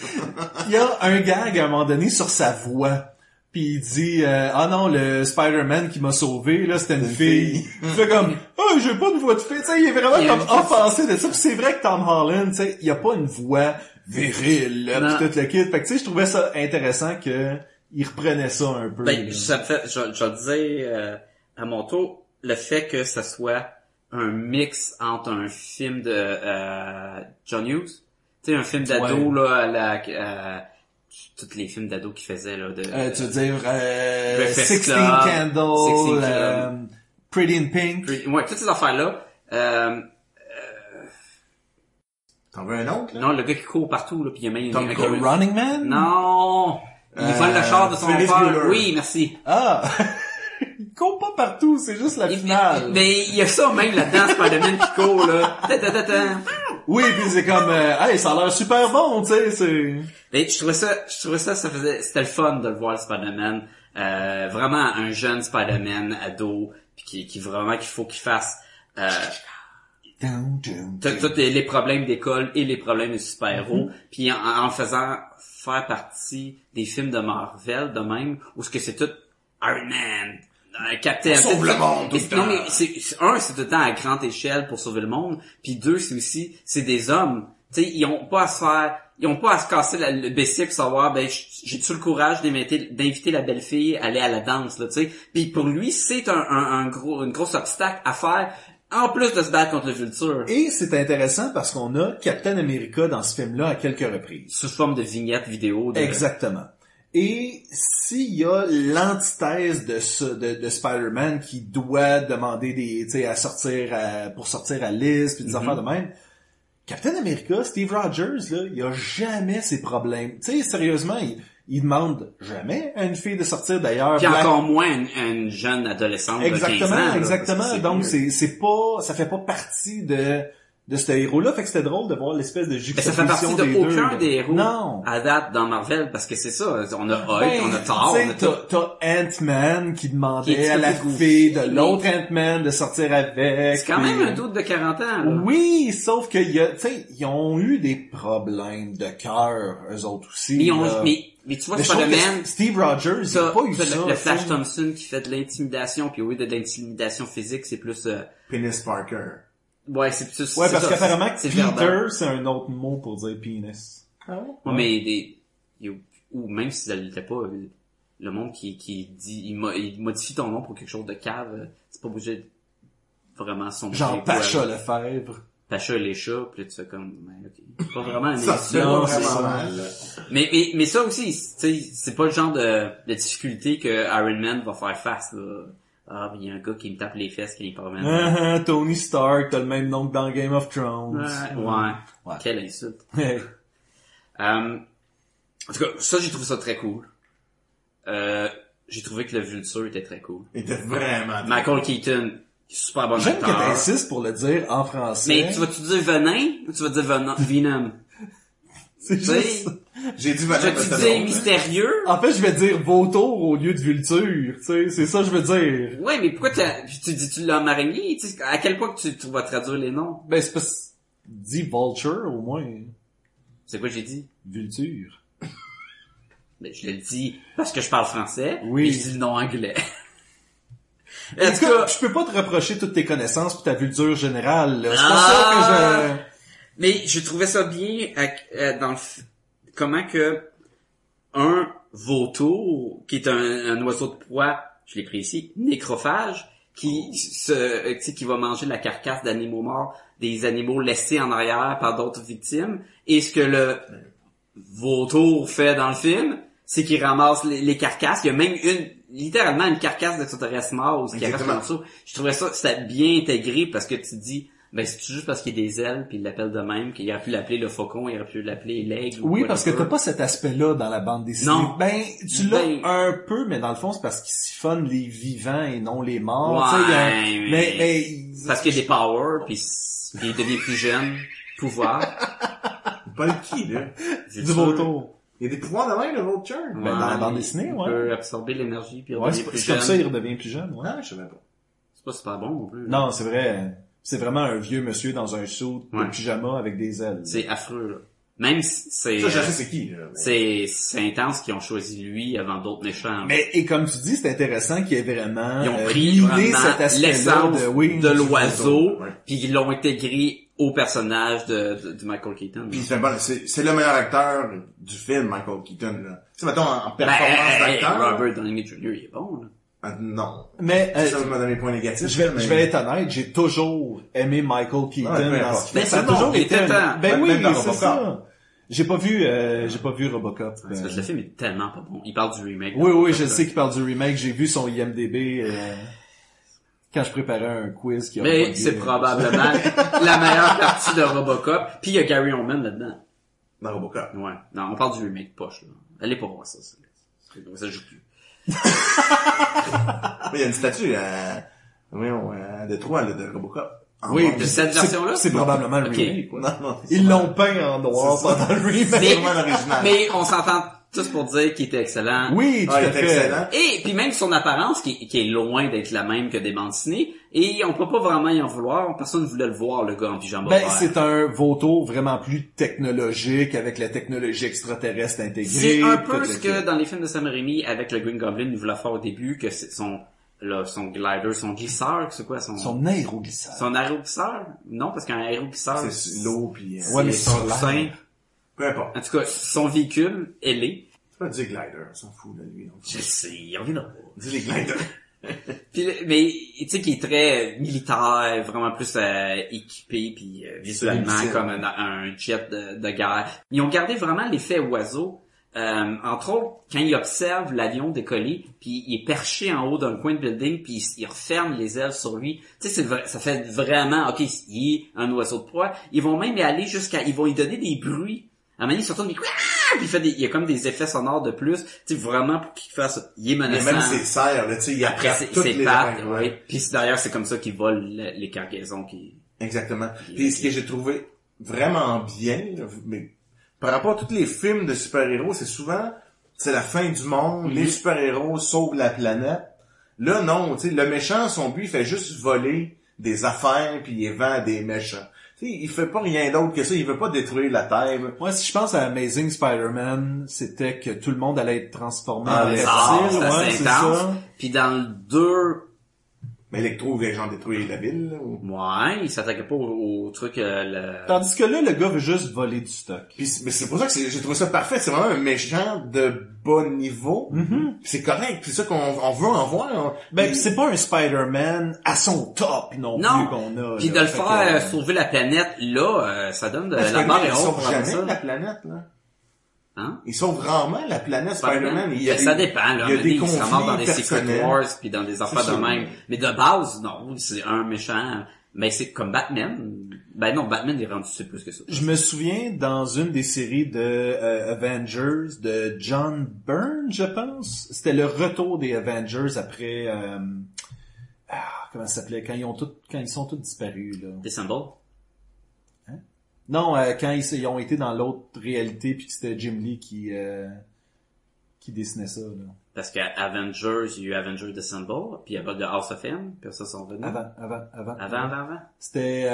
il y a un gag à un moment donné sur sa voix. Puis il dit euh, Ah non, le Spider-Man qui m'a sauvé, là, c'était une fille. Il fait comme Ah, j'ai pas de voix de fille. Tu sais, il est vraiment Il y a comme une- offensé de ça. Puis c'est vrai que Tom Holland, tu sais, il a pas une voix virile, là, Non. pis tout le kit. Fait que tu sais, je trouvais ça intéressant que il reprenait ça un peu. Ben, là. ça me fait, je, je le disais euh, à mon tour, le fait que ça soit un mix entre un film de euh, John Hughes, tu sais, un film d'ado, là, à la, euh, tous les films d'ado qu'il faisait, là, de... Euh, tu veux dire euh, Breakfast 16 Club, Candles, 16 Club. euh, Pretty in Pink. Puis, ouais, toutes ces affaires-là. Euh, T'en veux un autre, là? non, le gars qui court partout, là, puis il y a même... Tom avec Cruise. un- Running Man? Non! Il Euh, vole le char de son Ferris père. Bueller. Oui, merci. Ah! il compte pas partout, c'est juste la Il- finale. mais il y a ça même là-dedans, Spider-Man qui court, là. Ta, ta, ta, ta. Oui, puis c'est comme, euh, hey, ça a l'air super bon, tu sais, c'est... Mais Ben, je trouvais ça, je trouvais ça, ça faisait, c'était le fun de le voir, le Spider-Man. Euh, vraiment un jeune Spider-Man ado, puis qui, qui vraiment qu'il faut qu'il fasse euh, tous tous les les problèmes d'école et les problèmes de super-héros, Mm-hmm. puis en, en faisant faire partie des films de Marvel de même, où ce que c'est tout Iron Man, euh, Captain, Sauve tout- le monde tout Mais le c'est- temps. non mais c'est c'est- un c'est tout le temps à grande échelle pour sauver le monde, puis deux c'est aussi c'est des hommes, tu sais ils ont pas à se faire ils ont pas à se casser la- le bessier pour savoir ben j'ai tu le courage d'inviter d'inviter la belle fille à aller à la danse là tu sais puis pour lui c'est un, un, un gros une grosse obstacle à faire en plus de se battre contre le futur Et c'est intéressant parce qu'on a Captain America dans ce film-là à quelques reprises. sous forme de vignettes vidéo. De... Exactement. Et s'il y a l'antithèse de, ce, de, de Spider-Man qui doit demander des, tu sais, à sortir, à- pour sortir à Liz, Mm-hmm. puis des affaires de même, Captain America, Steve Rogers, là, il a jamais ses problèmes. Tu sais, sérieusement, il, il demande jamais à une fille de sortir d'ailleurs. Puis Black encore moins une, une jeune adolescente de 15 ans. Exactement, là, parce que exactement. c'est Donc mieux. c'est c'est pas ça fait pas partie de de ce héros-là, fait que c'était drôle de voir l'espèce de Mais ça fait partie juxtaposition de des deux, aucun là. des héros Non. à date dans Marvel parce que c'est ça. On a Hulk, Ben, on a Thor, on a tu sais, tout. t'as t'as Ant-Man qui Qui demandait est à la tout goût. fille de l'autre Ant-Man de sortir avec. C'est quand puis- même un doute de 40 ans. là. Oui, sauf que y a, tu sais, ils ont eu des problèmes de cœur, eux autres aussi. Mais, on- là. mais, mais tu vois, Mais je trouve que Spider-Man, Steve Rogers, il a ça, pas eu ça, ça. le, le Flash ça. Thompson qui fait de l'intimidation, puis oui, de l'intimidation physique, c'est plus... euh, Penis Parker. ouais, c'est plus... Ouais, c'est parce ça, qu'apparemment, c'est- c'est verbal. Peter, c'est un autre mot pour dire penis. Ouais, mais des, il- ou même si ça l'était pas, euh, le monde qui, qui dit, il, mo- il modifie ton nom pour quelque chose de cave, euh, c'est pas obligé de vraiment son Genre Pacha Lefebvre. Pacha les chats, puis là, tu fais comme, ben, ok. C'est pas vraiment un Ça se fait insulte, c'est vraiment ça. mal. Mais, mais, mais ça aussi, tu sais, c'est pas le genre de, de difficulté que Iron Man va faire face, là. Ah, mais il y a un gars qui me tape les fesses qui est pas mal. Ah, ah, Tony Stark, t'as le même nom que dans Game of Thrones. Ouais, ouais. Ouais. Quelle insulte. Ouais. Euh, en tout cas, ça, j'ai trouvé ça très cool. Euh, j'ai trouvé que le Vulture était très cool. Il était vraiment... Michael Keaton, super bon J'aime que ben, acteur. t'insistes pour le dire en français. Mais tu vas-tu dire venin ou tu vas dire venin, venom? C'est Tu sais, juste... J'ai dit je Venom, tu mais dire c'était drôle, hein. mystérieux? En fait, je vais dire vautour au lieu de vulture, tu sais, c'est ça que je veux dire. Ouais, mais pourquoi t'as- puis tu dis-tu l'homme araignée? Tu sais, à quel point que tu, tu vas traduire les noms? Ben, c'est parce... Dis vulture, au moins. C'est quoi que j'ai dit? Vulture. Ben, je le dis parce que je parle français. Oui. Et je dis le nom anglais. en tout Écoute, cas, je peux pas te reprocher toutes tes connaissances pis ta vulture générale, là. C'est pas Ah! ça que je... Mais je trouvais ça bien à- à- dans le f- comment que un vautour qui est un, un oiseau de proie, je l'ai pris ici, nécrophage, qui se euh, tu sais, qui va manger la carcasse d'animaux morts, des animaux laissés en arrière par d'autres victimes. Et ce que le vautour fait dans le film, c'est qu'il ramasse les, les carcasses. Il y a même une littéralement une carcasse d'extraterrestre mort ou ce qui reste en Exactement. dessous. Je trouvais ça c'était bien intégré parce que tu dis Ben, c'est juste parce qu'il y a des ailes, puis il l'appelle de même, qu'il aurait pu l'appeler le faucon, il aurait pu l'appeler l'aigle. ou Oui, parce que whatever. t'as pas cet aspect-là dans la bande dessinée. Non. Ben, tu l'as Ben- un peu, mais dans le fond, c'est parce qu'ils siphonnent les vivants et non les morts. Ouais, Tu sais, il y a un- mais- mais, mais- C'est Parce qu'il y a des powers, puis s- puis il devient plus jeune, pouvoir. Pas le qui, là. du vautour. Il y a des pouvoirs de même, le Vulture. Ben, dans la bande dessinée, il ouais. peut absorber l'énergie, puis Ouais, redevenir c'est plus c'est comme jeune. ça, il redevient plus jeune, ouais. Ah, je savais pas. C'est pas super bon non plus. Non, c'est vrai. C'est vraiment un vieux monsieur dans un saut de Ouais. pyjama avec des ailes. C'est affreux, là. Même si c'est... euh, Ça, je sais c'est qui, là. mais- C'est c'est intense qu'ils ont choisi lui avant d'autres méchants. Mais, et comme tu dis, c'est intéressant qu'il y ait vraiment ils ont euh, pris miné vraiment cet aspect-là l'essence de, oui, du l'oiseau, ouais. puis ils l'ont intégré au personnage de, de- de Michael Keaton. Puis c'est, bon, c'est, c'est le meilleur acteur du film, Michael Keaton, là. Tu sais, mettons, en, en Ben, performance hey, hey, d'acteur. Robert Downey Jr. il est bon. Là. Ah, non. Mais, euh, ça m'a donné point négatif. je vais, je vais être honnête, j'ai toujours aimé Michael Keaton Ouais, peu dans importe. ce film. Mais Ça a c'est bon, toujours il été était un- temps. Ben Même oui, dans c'est Robocop. ça. J'ai pas vu, euh, j'ai pas vu Robocop. Parce que euh. le film est tellement pas bon. Il parle du remake. Oui, oui, je sais qu'il parle du remake. J'ai vu son IMDB euh, quand je préparais un quiz. Qui a pas Mais lieu. c'est probablement la meilleure partie de Robocop. Puis il y a Gary Oldman là-dedans. Dans Robocop. Ouais. Non, on parle du remake poche. Là. Allez pas voir ça. Ça, ça joue plus. Mais il y a une statue, à, voyons, euh, à Détroit, là, de Robocop. En Oui, bronze. De cette C'est- version-là? C'est probablement le Ok. remake. ouais. Non, non. Ils l'ont peint en noir C'est ça. pendant le remake. C'est vraiment l'original. Mais on s'entend tous pour dire qu'il était excellent. Oui, tout Ah, il à est fait. excellent. Et puis même son apparence qui, qui est loin d'être la même que des bandes dessinées, et on peut pas vraiment y en vouloir, personne ne voulait le voir le gars en pyjama. Ben, vert. c'est un vautour vraiment plus technologique avec la technologie extraterrestre intégrée. C'est un peu tout le ce kit. que dans les films de Sam Raimi avec le Green Goblin, il voulait faire au début que c'est son là, son glider, son glisseur, c'est quoi son Son aéroglisseur. son aéroglisseur Non, parce qu'un aéroglisseur C'est l'eau, puis... euh, c'est Ouais, mais son solaire. sein. Peu importe. En tout cas, son véhicule, elle est. C'est pas du glider, on s'en fout, là, lui. Je sais, il revient là. Dis les gliders. Puis, le- mais tu sais qu'il est très euh, militaire, vraiment plus euh, équipé, puis euh, visuellement C'est comme un, un jet de, de guerre. Ils ont gardé vraiment l'effet oiseau. Euh, entre autres, quand il observe l'avion décoller, puis il est perché en haut d'un coin de building, puis il, s- il referme les ailes sur lui. Tu sais, c'est vrai- ça fait vraiment, ok, il est un oiseau de proie. Ils vont même y aller jusqu'à, ils vont lui donner des bruits. À un moment donné, il se retourne, puis Ah! Puis il fait des- il y a comme des effets sonores de plus, tu sais, vraiment pour qu'il fasse, il est Mais menaçant. même ses serres, là, tu sais, il Après, attrape c'est toutes c'est les pattes, affaires, ouais. Puis c'est- d'ailleurs, c'est comme ça qu'ils volent le- les cargaisons qui... Exactement. Puis ce que j'ai trouvé vraiment bien, là, mais par rapport à tous les films de super-héros, c'est souvent c'est la fin du monde, les super-héros sauvent la planète. Là, non, tu sais, le méchant, son but, il fait juste voler des affaires puis il les vend à des méchants. Tu sais, il fait pas rien d'autre que ça, il veut pas détruire la Terre. Moi, si je pense à Amazing Spider-Man, c'était que tout le monde allait être transformé Ah, en les reptile. arts, c'est ouais, assez c'est intense. ça. Puis dans le 2, Mais Electro veut que les gens détruisent la ville. là, ou- ouais, ils s'attaquaient pas au, au truc... euh, le- Ah, Tandis que là, le gars veut juste voler du stock. Puis c'est- mais c'est pour ça que c'est- j'ai trouvé ça parfait. C'est vraiment un méchant de bon niveau. Puis C'est correct. Puis C'est ça qu'on on veut en voir. hein. on- Ben, il- pis c'est pas un Spider-Man à son top non, Non. plus qu'on a. Puis de là. le Fait faire que, euh, sauver la planète, là, euh, ça donne de Ben, la barre Spider-Man, et il haute sauve pour jamais ça. la planète, là. Hein? Il sauve rarement la planète, Spider-Man. Il y a Ben, ça eu- dépend, là. Il y a des il se ramasse conflits dans des Secret personnels. Wars, puis dans des affaires de sûr. même. Mais de base, non, c'est un méchant. Mais c'est comme Batman. Ben non, Batman, il est rendu c'est plus que ça. Je me souviens dans une des séries de euh, Avengers de John Byrne, je pense. C'était le retour des Avengers après euh, ah, comment ça s'appelait quand ils ont tous quand ils sont tous disparus là. Dissemble. Non, euh, quand ils, se- ils ont été dans l'autre réalité puis que c'était Jim Lee qui euh, qui dessinait ça là. Parce qu'à Avengers, il y a eu Avengers Dissemble, puis il y a pas de House of M, puis ça, sont venus. Avant, avant, avant. Avant, avant, avant. C'était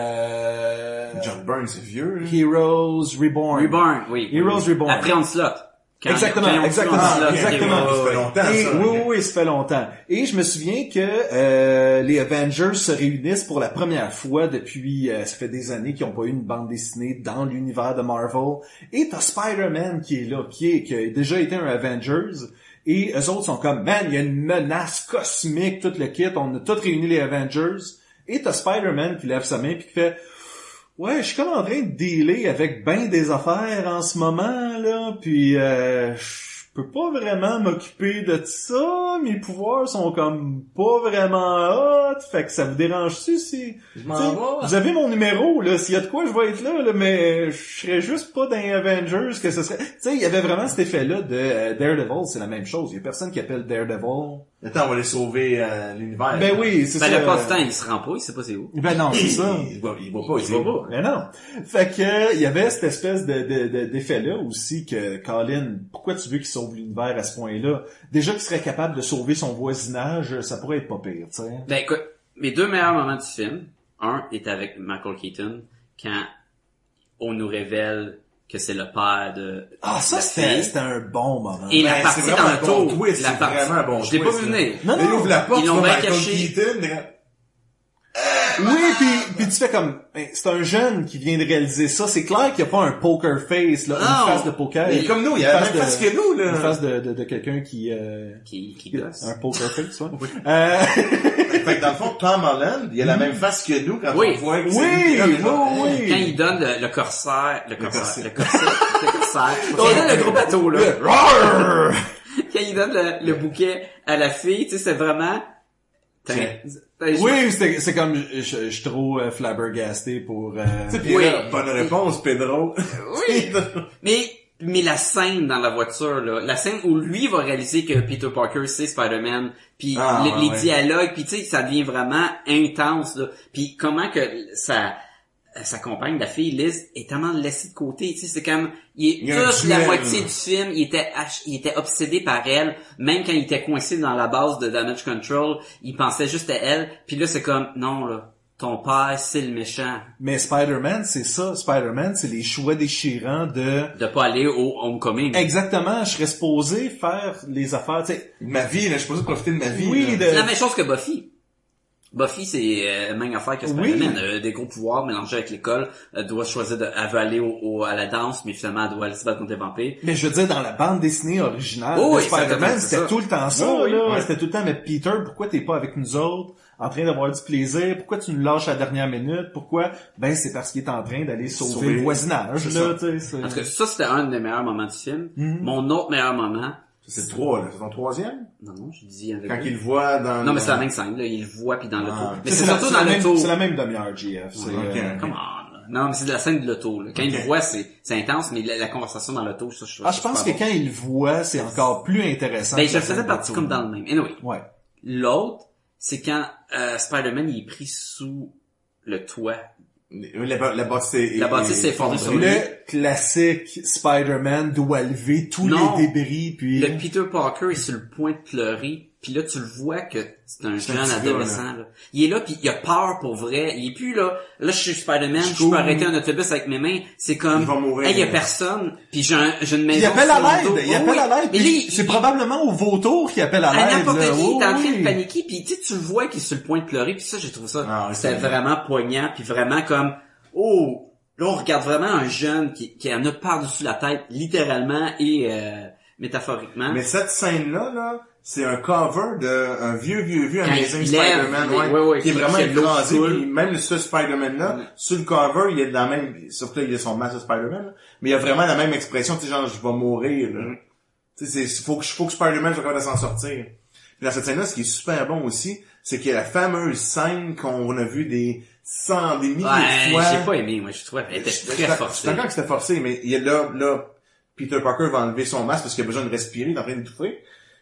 euh, John Byrne, c'est vieux, là. Heroes Reborn. Reborn, oui. Heroes Oui. Reborn. Après Onslaught. Quand- Exactement, quand on- exactement, Onslaught, exactement. Heroes. Ça fait longtemps, Et- ça. oui, oui, oui, ça fait longtemps. Et je me souviens que euh, les Avengers se réunissent pour la première fois depuis, euh, ça fait des années qu'ils n'ont pas eu une bande dessinée dans l'univers de Marvel. Et t'as Spider-Man qui est là, qui, est, qui a déjà été un Avengers. Et eux autres sont comme, man, il y a une menace cosmique, tout le kit, on a tous réuni les Avengers. Et t'as Spider-Man qui lève sa main puis qui fait, Ouais, je suis comme en train de dealer avec ben des affaires en ce moment, là, puis euh, je peux pas vraiment m'occuper de ça, mes pouvoirs sont comme pas vraiment hot, fait que ça vous dérange-tu si... Tu Je sais, m'en vais. Vous avez mon numéro, là. S'il y a de quoi, je vais être là, là, mais je serais juste pas dans les Avengers que ce serait. Tu sais, il y avait vraiment cet effet-là de euh, Daredevil, c'est la même chose. Il y a personne qui appelle Daredevil. Attends, on va aller sauver euh, l'univers. Ben oui, c'est Ben, ça. le pas de temps, il se rend pas, il sait pas c'est où. Ben non, c'est ça. Il va, il va pas, il, Il va pas. Mais non. Fait que euh, il y avait cette espèce de, de- de- d'effet-là aussi que Colin, pourquoi tu veux qu'il sauve l'univers à ce point-là? Déjà qu'il serait capable de sauver son voisinage, ça pourrait être pas pire, tu sais. Ben écoute, mes deux meilleurs moments du film, un est avec Michael Keaton, quand on nous révèle que c'est le père de... Ah, ça, la c'était, fille. c'était un bon moment. Et la Ben, partie c'est dans vraiment le un bon tour. twist, la c'est partie. vraiment un bon Je l'ai pas twist, vu là. venir. Non, Il non. ouvre la porte, Ils tu l'ont vois bien Michael caché. Keaton. derrière- Oui, puis puis tu fais comme ben, c'est un jeune qui vient de réaliser ça, c'est clair qu'il n'y a pas un poker face là, Non. une face de poker. Il est comme nous, il a la même face que nous, Une là. face de, de, de quelqu'un qui euh, Qui, qui qui a gosse. un poker face, ouais. Euh, Fait que dans le fond, Tom Holland, il a la même face que nous quand Hmm. Oui. on voit que oui, c'est lui, oui, là, mais non. oui. Quand il donne le, le corsaire, le corset. corsaire, le corsaire, le corsaire, Quand il donne le gros bateau, là. Roar! Quand il donne le, le bouquet à la fille, tu sais, c'est vraiment... T'as- C'est- t'as- je- Oui, c'est c'est comme je, je- je suis trop euh, flabbergasté pour euh, Tu sais, puis Oui. là, bonne réponse, Pedro. Oui. Mais, mais la scène dans la voiture, là, la scène où lui va réaliser que Peter Parker c'est Spider-Man, puis Ah, les, ouais, les ouais. dialogues, puis tu sais, ça devient vraiment intense, là. Puis comment que sa, sa compagne, la fille Liz, est tellement laissée de côté, tu sais, c'est comme, Il il y est a un toute la duel. moitié du film, il était, ach- il était obsédé par elle, même quand il était coincé dans la base de Damage Control, il pensait juste à elle, puis là, c'est comme, non, là, ton père, c'est le méchant. mais Spider-Man, c'est ça, Spider-Man, c'est les choix déchirants de De pas aller au Homecoming. exactement, je serais supposé faire les affaires, tu sais. Ma vie, là, je suis supposé profiter de ma vie. Oui, là. de C'est la même chose que Buffy. Buffy, c'est euh, la même affaire que Oui. Spider-Man. Elle a des gros pouvoirs mélangés avec l'école. Elle doit choisir de, elle veut aller au, au- à la danse, mais finalement, elle doit aller se battre contre les vampires. Mais je veux dire, dans la bande dessinée originale Oh, de oui, exactement, Spider-Man, c'est c'était ça. tout le temps ça, Oui, oui, là. ouais. C'était tout le temps, mais Peter, pourquoi t'es pas avec nous autres, en train d'avoir du plaisir? Pourquoi tu nous lâches à la dernière minute? Pourquoi? Ben, c'est parce qu'il est en train d'aller sauver, Sauver. le voisinage, C'est là, tu sais. c'est- En tout cas, ça, c'était un de mes meilleurs moments du film. Mhm. Mon autre meilleur moment... C'est le 3, là. C'est ton troisième? Non, non, je dis... avec Quand lui. il le voit dans... Non, mais c'est la même scène, là. Il le voit, puis dans l'auto. Ah, ok. mais c'est la- surtout c'est la dans même- l'auto. C'est la même demi-heure, GF. c'est, Ok. euh, Come on, là. Non, mais c'est de la scène de l'auto, là. Quand il le voit, c'est, c'est intense, mais la, la conversation dans l'auto, ça, je trouve Ah, ça je pense que super quand il le voit, c'est encore plus intéressant. bon. Ben, que je la faisais scène partie d'auto. comme dans le même. Anyway. Ouais. L'autre, c'est quand euh, Spider-Man il est pris sous le toit. La, ba- la bâtisse est... La bâtisse s'est effondrée sur lui. Le classique Spider-Man doit lever tous Non. les débris, puis... Le Peter Parker est sur le point de pleurer, puis là tu le vois que c'est un C'est jeune un petit gars, adolescent. là. Il est là puis il a peur pour vrai. Il est plus là. Là je suis Spider-Man, je, cours. peux arrêter un autobus avec mes mains. C'est comme, Il va mourir. hey, il y a personne. Puis j'ai un, j'ai une maison. Il appelle sur à le l'aide, dos. il Oh, appelle oui. à l'aide. Mais puis lui, C'est il- probablement au vautour qu'il appelle à à l'aide. n'importe là. qui, Oh, il est en train oui. de paniquer, puis tu sais, tu le vois qu'il est sur le point de pleurer, puis ça, j'ai trouvé ça, Ah, ouais, c'était c'est vrai. vraiment poignant, puis vraiment comme, oh, là, on regarde vraiment un jeune qui, qui en a par-dessus la tête, littéralement et euh, métaphoriquement. Mais cette scène-là, là, c'est un cover d'un vieux, vieux, vieux Quand Amazing il lève, Spider-Man, il- ouais, ouais, ouais, qui est qui- vraiment qui a de l'eau écrasé. coule. puis Même ce Spider-Man-là, Ouais. sur le cover, il est de la même... Sauf que là, il a son masque de Spider-Man, là, mais il a vraiment la même expression, tu sais, genre, je vais mourir, Mm. là. Tu sais, c'est- faut que, faut que Spider-Man soit capable de s'en sortir. Puis dans cette scène-là, ce qui est super bon aussi, c'est qu'il y a la fameuse scène qu'on a vue des cent, des milliers de ouais, fois. j'ai pas aimé, moi, je trouvais, elle était Je- je- très Je suis forcée. d'accord que c'était forcé, mais il y a là, là, Peter Parker va enlever son masque parce qu'il a besoin de respirer, il est en train d'étouffer.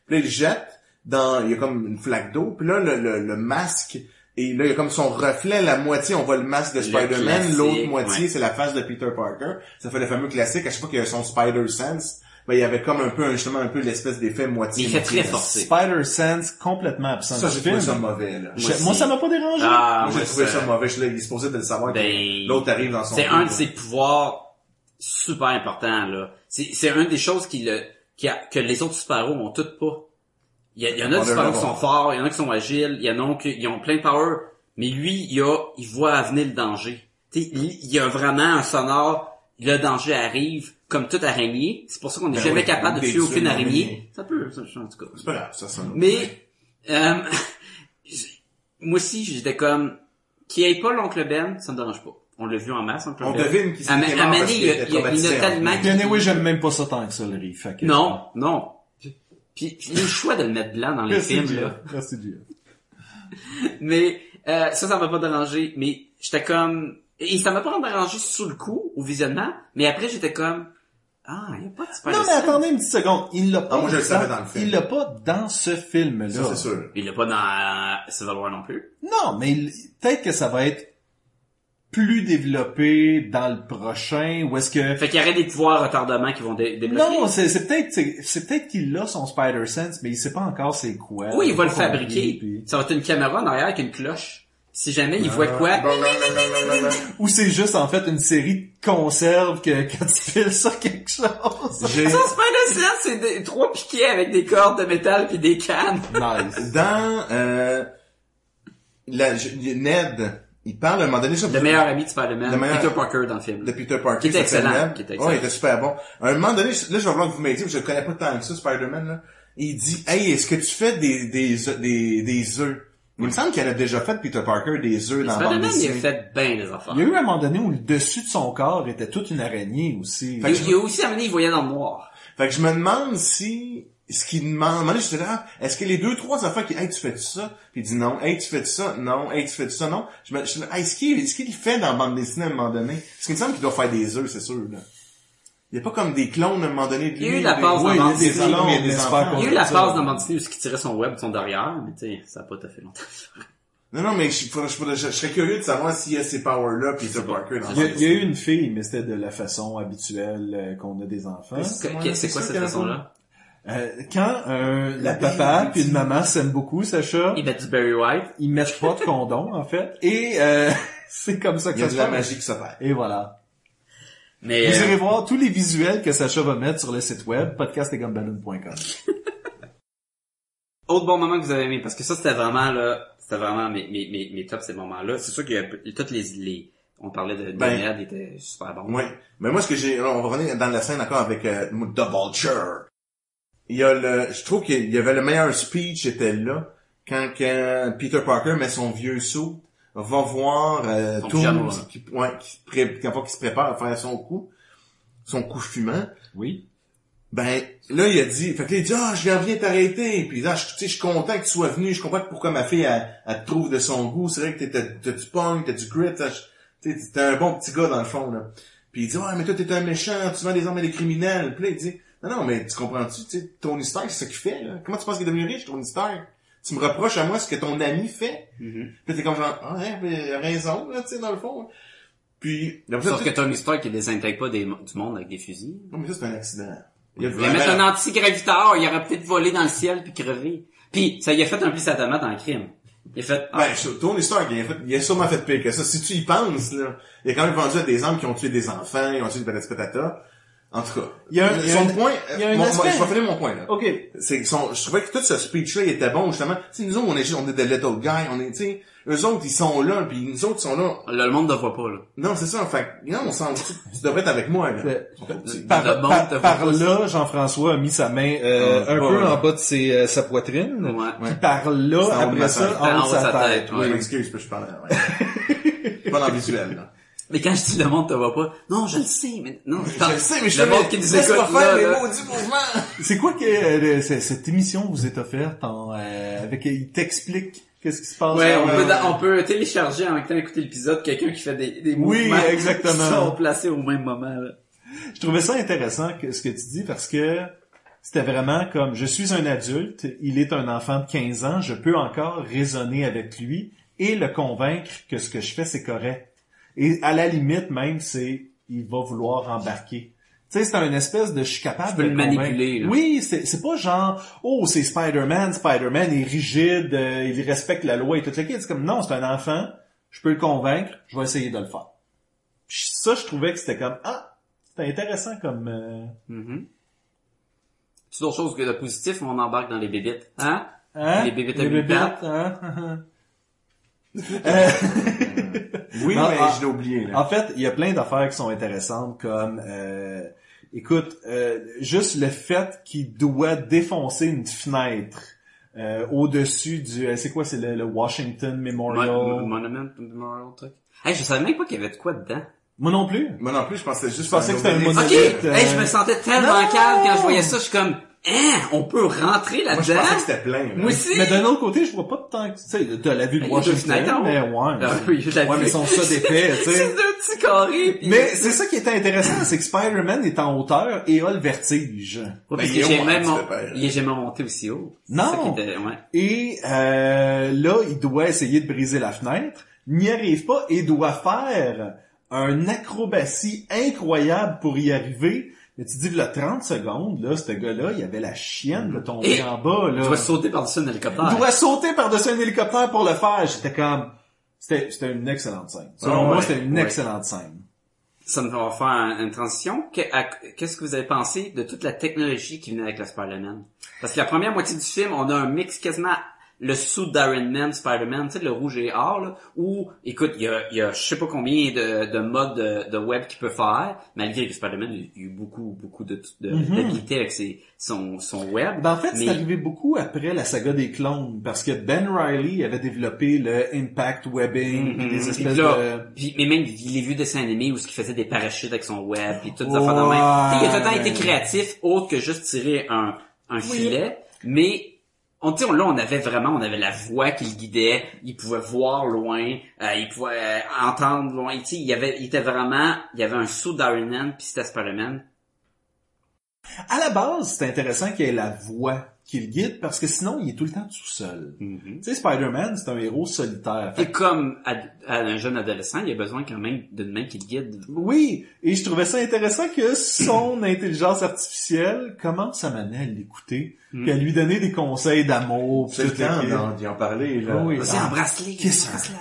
Puis là, il le jette dans, il y a comme une flaque d'eau, puis là, le, le, le masque, et là, il y a comme son reflet, la moitié, on voit le masque de Le Spider-Man, classique, l'autre moitié, ouais. c'est la face de Peter Parker. Ça fait le fameux classique, à chaque fois qu'il y a son Spider-Sense, ben, il y avait comme un peu, un- justement, un peu l'espèce d'effet moitié. Il fait très moitié. forcé. Spider-Sense complètement absent Ça, du j'ai film. trouvé ça mauvais, là. Je- Moi aussi. Moi, ça m'a pas dérangé. Ah, Moi, moi, j'ai trouvé ça- ça mauvais, je l'ai, il est supposé de le savoir. que Ben, L'autre arrive dans son... C'est un de ses pouvoirs super importants, là. C'est, c'est une des choses qui le, qui a- que les autres super-héros ont toutes pas. Il y, a- il y en a On des super-héros qui devrait sont forts, il y en a qui sont agiles, il y en a qui ils ont plein de power, mais lui, il a, il voit à venir le danger. Tu sais, il, il y a vraiment un sonore, le danger arrive, comme toute araignée. C'est pour ça qu'on n'est Ben jamais oui, capable de des tuer aucune tuiles araignée. d'araignée. Ça peut, ça, en tout cas. C'est pas grave, ça, ça. Mais euh, moi aussi, j'étais comme qu'il n'y ait pas l'oncle Ben, ça me dérange pas. On l'a vu en masse, oncle On Ben. devine qu'il s'est À ma- fait à Mané, mort parce qu'il il y a- était il y a- il y a traumatisé, tellement- en fait. Puis, anyway, j'aime même pas ça tant que Ah, ça, le riz. fait que- Non, non. Puis puis le choix de le mettre blanc dans les Merci, films, là. Jeff. Merci, Jeff. Mais euh, ça, ça m'a pas dérangé. Mais j'étais comme... Et ça m'a pas dérangé sous le coup, au visionnement. Mais après, j'étais comme... Ah, il n'y a pas de super Non, mais Sam. attendez une petite seconde. Il l'a pas, Ah, moi, je le savais dans le film. il l'a pas dans ce film-là. Ça, c'est sûr. Il l'a pas dans euh, Civil War non plus. Non, mais il- peut-être que ça va être plus développé dans le prochain, ou est-ce que... Fait qu'il y aurait des pouvoirs retardement qui vont dé- débloquer. Non, c'est c'est peut-être c'est c'est peut-être qu'il a son Spider Sense, mais il sait pas encore c'est quoi. Oui, il va le pas compris, fabriquer. puis- Ça va être une caméra en arrière avec une cloche. Si jamais il voit quoi, ben, Ou c'est juste en fait une série de conserves que quand tu files ça quelque chose. J'ai- Son Spider-Sense, c'est des- trois piquets avec des cordes de métal puis des cannes. nice. ben. Dans euh, la, j- Ned, il parle à un moment donné sur Le meilleur ami de Spider-Man, Le meilleur- Peter Parker dans le film. de Peter Parker. Qui était il s'appelle excellent, Ned. qui était Ouais, excellent. il était super bon. À un moment donné, je- là, je vais vouloir que vous m'aidiez, parce que je le connais pas tant que ça, Spider-Man, là. Il dit, hey, est-ce que tu fais des, des, œufs- des, des œufs? Il me semble qu'il avait déjà fait, Peter Parker, des œufs dans la Spider-Man, bande il a dessinée. fait bien des affaires. Il y a eu un moment donné où le dessus de son corps était toute une araignée aussi. Fait que Il, il a aussi amené, il voyait dans le noir. Fait que je me demande si, ce qu'il demande, à un moment donné, j'étais là, ah, est-ce que les deux, trois enfants qui, hey, tu fais ça? Puis il dit non, hey, tu fais ça? Non, hey, tu fais ça? Non. Je me, je suis là, Ah, est-ce qu'il, est-ce qu'il le fait dans la bande dessinée à un moment donné? Parce qu'il me semble qu'il doit faire des œufs, c'est sûr, là. Il n'y a pas comme des clones à un moment donné. de Il y a lui, eu la des- passe dans la Oui, il y a bande des dessinée, clones, il y a mais des c'est enfants. pas Il y a eu la Ça, phase on- dans Mandicine où ce qui tirait son web, son derrière, mais tu sais, ça a pas tout à fait longtemps. Non, non, mais je, faudrait- je, faudrait- je- je serais curieux de savoir s'il y a ces powers-là, Peter Parker. dans Il y, a, ça. il y a eu une fille, mais c'était de la façon habituelle euh, qu'on a des enfants. C'est moi, que- c'est c'est quoi ça cette qu'elle a façon-là? Euh, quand euh, la La papa baby. puis une maman s'aiment beaucoup, Sacha, Il met du Barry White. ils mettent pas de condom en fait, et euh, c'est comme ça que Il y a ça de se la passe. magie qui s'opère. Et voilà. Mais, Vous euh, irez voir tous les visuels que Sacha va mettre sur le site web podcastetgumballoon.com. autre bon moment que vous avez aimé, parce que ça, c'était vraiment, là, c'était vraiment mes, mes, mes, mes tops, ces moments-là. C'est sûr qu'il y a toutes les, les, on parlait de, de Ben. Ned, il était super bon. Oui. Mais moi, ce que j'ai, on va revenir dans la scène encore avec euh, The Vulture. Il y a le, je trouve qu'il y avait le meilleur speech était là quand que Peter Parker met son vieux saut, va voir euh, Son Tooms pyjama, hein. qui, ouais, qui, se pré- quand il se prépare à faire son coup, son coup fumant. Oui. Ben, là, il a dit, fait que là, il dit, ah, je viens, viens t'arrêter. Puis, ah, je, tu sais, je suis content que tu sois venu. Je comprends pourquoi ma fille, elle, elle te trouve de son goût. C'est vrai que t'es- t'as t'as du punk, t'as du grit. t'as- Tu sais, t'es un bon petit gars, dans le fond, là. Puis, il dit, ah, mais toi, t'es un méchant. Tu vends des hommes et des criminels. Puis là, il dit, non, non, mais tu comprends-tu? Tu sais, Tony Stark, c'est ce qu'il fait, là. Comment tu penses qu'il est devenu riche, Tony Stark? Tu me reproches à moi ce que ton ami fait? Mm-hmm. Mhm. Puis t'es comme genre, ah, ouais, mais il a raison, là, tu sais, dans le fond. Puis, là, Sauf que Tommy Stark, il désintègre pas des, du monde avec des fusils. Non, mais ça, c'est un accident. Il Il voulait mettre un antigraviteur, il aurait peut-être volé dans le ciel puis crevé. Puis, ça, il a fait un pli sa tomate en crime. Il a fait, ah, Ben, sur- Tony Stark, il a, fait, il a sûrement fait pire que ça. Si tu y penses, là, il a quand même vendu à des hommes qui ont tué des enfants, ils ont tué des patates patata. En tout cas, Il y a un- il y a son un- point, il y a un mon- mon- aspect- je vais finir mon point, là. Ok. C'est que son, je trouvais que tout ce speech-là, il était bon, justement. Tu sais, nous autres, on est, juste- on est des little guys, on est, tu sais, eux autres, ils sont là, puis nous autres, ils sont là. là, le monde ne voit pas, là. Non, c'est ça, en fait, que, non, on s'en, tu, tu devrais être avec moi, là. Euh, Ils sont pas petits. Par, Le monde par- te voit par pas. là, Jean-François a mis sa main euh, Ah, un pas, peu là. en bas de ses, euh, sa poitrine. Ouais. Puis par C'est en là, haut de ma après ça, tête. en haut de sa tête. Je ouais. m'excuse, je parle, ouais. pas dans le visuel, là. Mais quand je dis le monde te voit pas, non, je le sais, mais non, Je le sais, mais je le monde qui nous écoute, là, Laisse-moi faire les là. maudits mouvements! C'est quoi que euh, le- c- cette émission vous est offerte en, euh, avec il t'explique qu'est-ce qui se passe Ouais, on euh, peut, on peut télécharger en même temps écouter l'épisode quelqu'un qui fait des, des Oui, mouvements exactement. qui sont placés au même moment. Là. Je trouvais ça intéressant que, ce que tu dis parce que c'était vraiment comme je suis un adulte, il est un enfant de 15 ans, je peux encore raisonner avec lui et le convaincre que ce que je fais c'est correct. Et à la limite même c'est il va vouloir embarquer. Tu sais, c'est un espèce de je suis capable Je peux de le convaincre. manipuler, là. Oui, c'est c'est pas genre oh c'est Spider-Man, Spider-Man est rigide, euh, il respecte la loi et tout le kit. C'est comme non, c'est un enfant, je peux le convaincre, je vais essayer de le faire. Puis ça, je trouvais que c'était comme ah, c'était intéressant comme euh, Mhm. C'est d'autres choses que de positif, on embarque dans les bébites. Hein? Hein? Les bébites à Les huit bébites, pattes. hein? Oui, Non, mais ah, je l'ai oublié. Là. Euh, en fait, il y a plein d'affaires qui sont intéressantes comme euh, écoute, euh, juste le fait qu'il doit défoncer une fenêtre euh, au-dessus du euh, c'est quoi c'est le, le Washington Memorial. Mon- Monument, Memorial, truc. Hey, je savais même pas qu'il y avait de quoi dedans. Moi non plus. Moi non plus, je pensais juste... pensais que c'était un obélisque. Ok! Monolithe, euh, Hey, je me sentais tellement non! calme quand je voyais ça, je suis comme, Hein, on peut rentrer Moi, je là-dedans? pensais que c'était plein. là. Moi aussi! Mais d'un autre côté, je vois pas de temps que, tu sais, t'as la vue de Ben, il y a deux Washington, Snyder. mais ouais. Ah c'est- oui, je l'avais. ouais, mais ils sont ça d'épais, tu C'est sais. deux petits carrés. puis- Mais c'est ça qui était intéressant, c'est que Spider-Man est en hauteur et a le vertige. Ouais, Ben, parce il est que j'ai haut, même hein, mon- tu te perds. il est jamais monté aussi haut. C'est Non. ça qui était- ouais. Et euh, là, il doit essayer de briser la fenêtre, n'y arrive pas et doit faire un acrobatie incroyable pour y arriver. Mais tu dis, là, 30 secondes, là, ce gars-là, il avait la chienne de tomber Et en bas, là. Tu vas sauter par-dessus un hélicoptère. Il doit sauter par-dessus un hélicoptère pour le faire. J'étais comme... C'était c'était une excellente scène. Selon Ah moi, ouais, c'était une ouais. excellente scène. Ça me va faire un- une transition. Que- à- Qu'est-ce que vous avez pensé de toute la technologie qui venait avec le Spider-Man? Parce que la première moitié du film, on a un mix quasiment le sous d'Iron Man, Spider-Man, tu sais, le rouge et or, là, où, écoute, il y a, il y a je sais pas combien de, de modes de, de web qu'il peut faire, malgré que Spider-Man il y a eu beaucoup, beaucoup de, de, Mhm. d'habilités avec ses, son, son web. Ben, en fait, c'est Mais- arrivé beaucoup après la saga des clones, parce que Ben Riley avait développé le Impact Webbing, puis Mhm. des Puis espèces là, de... puis- mais même les vues dessins animés où ce qu'il faisait des parachutes avec son web puis toutes les Ouais. affaires de même. Tu sais, il a tout le temps été créatif autre que juste tirer un, un filet, mais on tu sais, on- là on avait vraiment on avait la voix qui le guidait, il pouvait voir loin, euh, il pouvait euh, entendre loin, tu sais, il y avait il était vraiment il y avait un saut d'Iron Man puis c'était Spider-Man. À la base, c'est intéressant qu'il y ait la voix qui le guide, parce que sinon, il est tout le temps tout seul. Mm-hmm. Tu sais, Spider-Man, c'est un héros solitaire. Fait Et comme ad- à un jeune adolescent, il a besoin quand même d'une main qui le guide. Oui, et je trouvais ça intéressant que son intelligence artificielle commence à m'amener à l'écouter, Mm. puis à lui donner des conseils d'amour. puis Mm-hmm. C'est le tout le temps kit. d'en- d'y en parler, là. Oui. C'est un bracelet. Qu'est-ce un bracelet.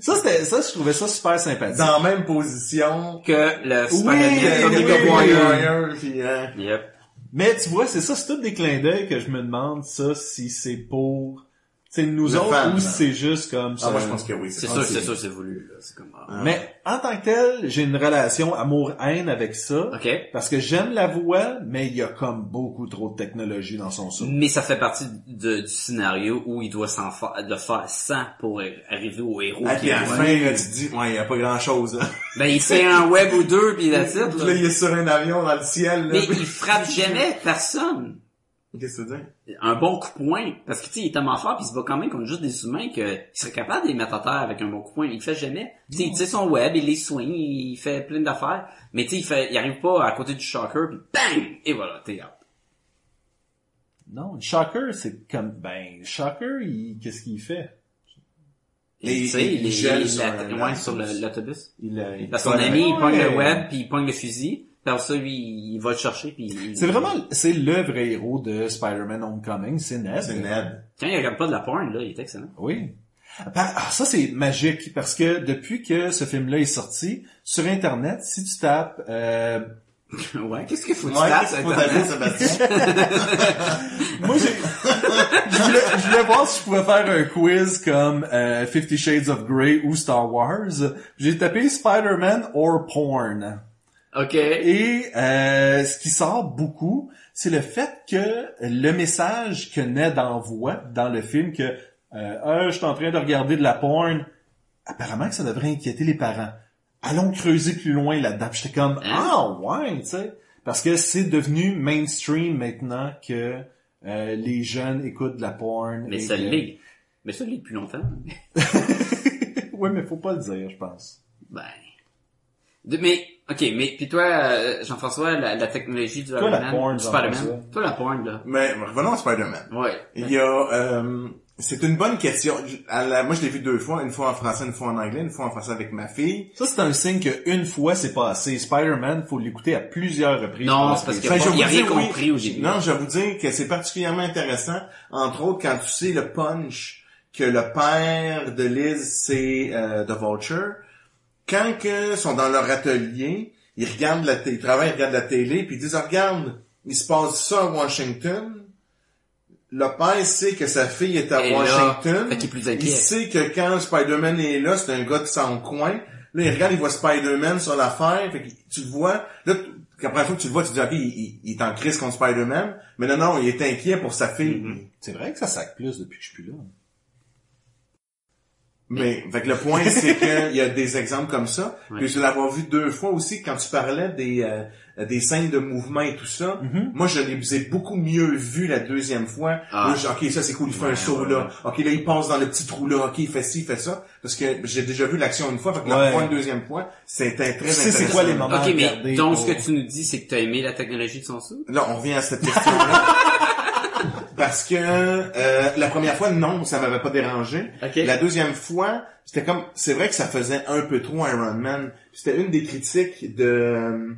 Ça, c'était, ça, je trouvais ça super sympathique. Dans la même position. Que le oui, Spider-Man oui, Tobey oui. Maguire. puis, hein. Yep. Mais tu vois, c'est ça, c'est tout des clins d'œil que je me demande ça, si c'est pour, tu sais, nous Le autres, fan, ou là. si c'est juste comme ça. Ah, moi, je pense que oui. Euh, C'est sûr, c'est sûr, c'est voulu, là. C'est comme, ah. Mais en tant que tel, j'ai une relation amour-haine avec ça. OK. Parce que j'aime la voix, mais il y a comme beaucoup trop de technologie dans son son. Mais ça fait partie de- du scénario où il doit s'en fa- le faire sans pour ar- arriver au héros. Ah, qu'il puis à la doit. fin, là, tu te dis, ouais, il y a pas grand chose, là. Ben, il fait un web ou deux, puis la titre, Puis là, il est sur un avion dans le ciel, là. Mais il frappe jamais personne. Qu'est-ce que tu veux dire? Un bon coup de poing. Parce que, tu sais, il est tellement fort, puis il se bat quand même contre juste des humains que il serait capable de les mettre à terre avec un bon coup de poing. Il le fait jamais. Tu sais, il tire son web, il les soigne, il fait plein d'affaires. Mais, tu sais, il fait, il arrive pas à côté du shocker, puis bang! Et voilà, t'es out. Non, le Shocker, c'est comme, ben, Shocker, il, qu'est-ce qu'il fait? Et Et, tu sais, il il gèle gèle sur un ouais, lac. sur le- l'autobus. Il, euh, il Parce que son colle ami, il Ouais. pogne le web, puis il pogne le fusil. Puis après ça, lui, il va le chercher, puis... il- C'est vraiment, c'est le vrai héros de Spider-Man Homecoming, c'est Ned. C'est Ned. Quand il regarde pas de la porn, là, il est excellent. Oui. Par- ah, ça, c'est magique, parce que depuis que ce film-là est sorti, sur Internet, si tu tapes, euh, ouais, qu'est-ce qu'il faut que tu Ouais, fasses, qu'est-ce qu'il faut Internet? t'avouer, Sébastien? moi, j'ai, je, voulais, je voulais voir si je pouvais faire un quiz comme euh, Fifty Shades of Grey ou Star Wars. J'ai tapé Spider-Man or Porn. OK. Et euh, ce qui sort beaucoup, c'est le fait que le message que Ned envoie dans le film, que euh, Ah, je suis en train de regarder de la porn, apparemment que ça devrait inquiéter les parents. Allons creuser plus loin là-dedans. Puis J'étais comme Hein? ah ouais, tu sais, parce que c'est devenu mainstream maintenant que euh, les jeunes écoutent de la porn. Mais et ça que- l'est. Mais ça l'est depuis longtemps. ouais, mais faut pas le dire, je pense. Ben... De- mais, OK, mais puis toi, euh, Jean-François, la, la technologie du Iron la Man, porn, du Spider-Man, Jean-François. toi, la porn, là. Mais revenons à Spider-Man. Ouais. Il y a, euh, c'est une bonne question. À la- moi, je l'ai vu deux fois, une fois en français, une fois en anglais, une fois en français avec ma fille. Ça c'est un signe qu'une fois c'est pas assez. Spider-Man, faut l'écouter à plusieurs reprises. Ben, Non, pour c'est parce apprécier. qu'il y a, pas- Enfin, Ben, je il a vous rien dis, oui. compris au début. Non, je vais vous dire que c'est particulièrement intéressant, entre autres quand tu sais le punch que le père de Liz, c'est euh, The Vulture. Quand que sont dans leur atelier, ils regardent la télé, ils travaillent, ils regardent la télé, puis ils disent, Ah, regarde, il se passe ça à Washington. Le père sait que sa fille est à Et là, Washington. fait qu'il est plus inquiet. Il sait que quand Spider-Man est là, c'est un gars de son coin. Là, il regarde, il voit Spider-Man sur l'affaire. Fait que tu le vois. Là, t- la première fois que tu le vois, tu te dis, OK, il, il- il est en crise contre Spider-Man. Mais non, non, il est inquiet pour sa fille. C'est vrai que ça sac plus depuis que je suis plus là. Mais fait que le point, c'est qu'il y a des exemples comme ça. Ouais. Puis je l'avoir vu deux fois aussi quand tu parlais des, euh, des scènes de mouvement et tout ça. Moi, je les ai beaucoup mieux vus la deuxième fois. Ah. Là, je- ok, ça c'est cool, il fait un saut ouais, là. Ok, là il passe dans le petit trou là. Ok, il fait ci, il fait ça. Parce que j'ai déjà vu l'action une fois. Fait que Ouais. la fois, une deuxième fois, c'était très Tu sais, intéressant. c'est quoi les moments à Ok, mais regarder donc pour- ce que tu nous dis, c'est que t'as aimé la technologie de son sou? Là, on revient à cette question-là. Parce que euh, la première fois, non, ça m'avait pas dérangé. Ok. La deuxième fois, c'était comme, c'est vrai que ça faisait un peu trop Iron Man. C'était une des critiques de, euh,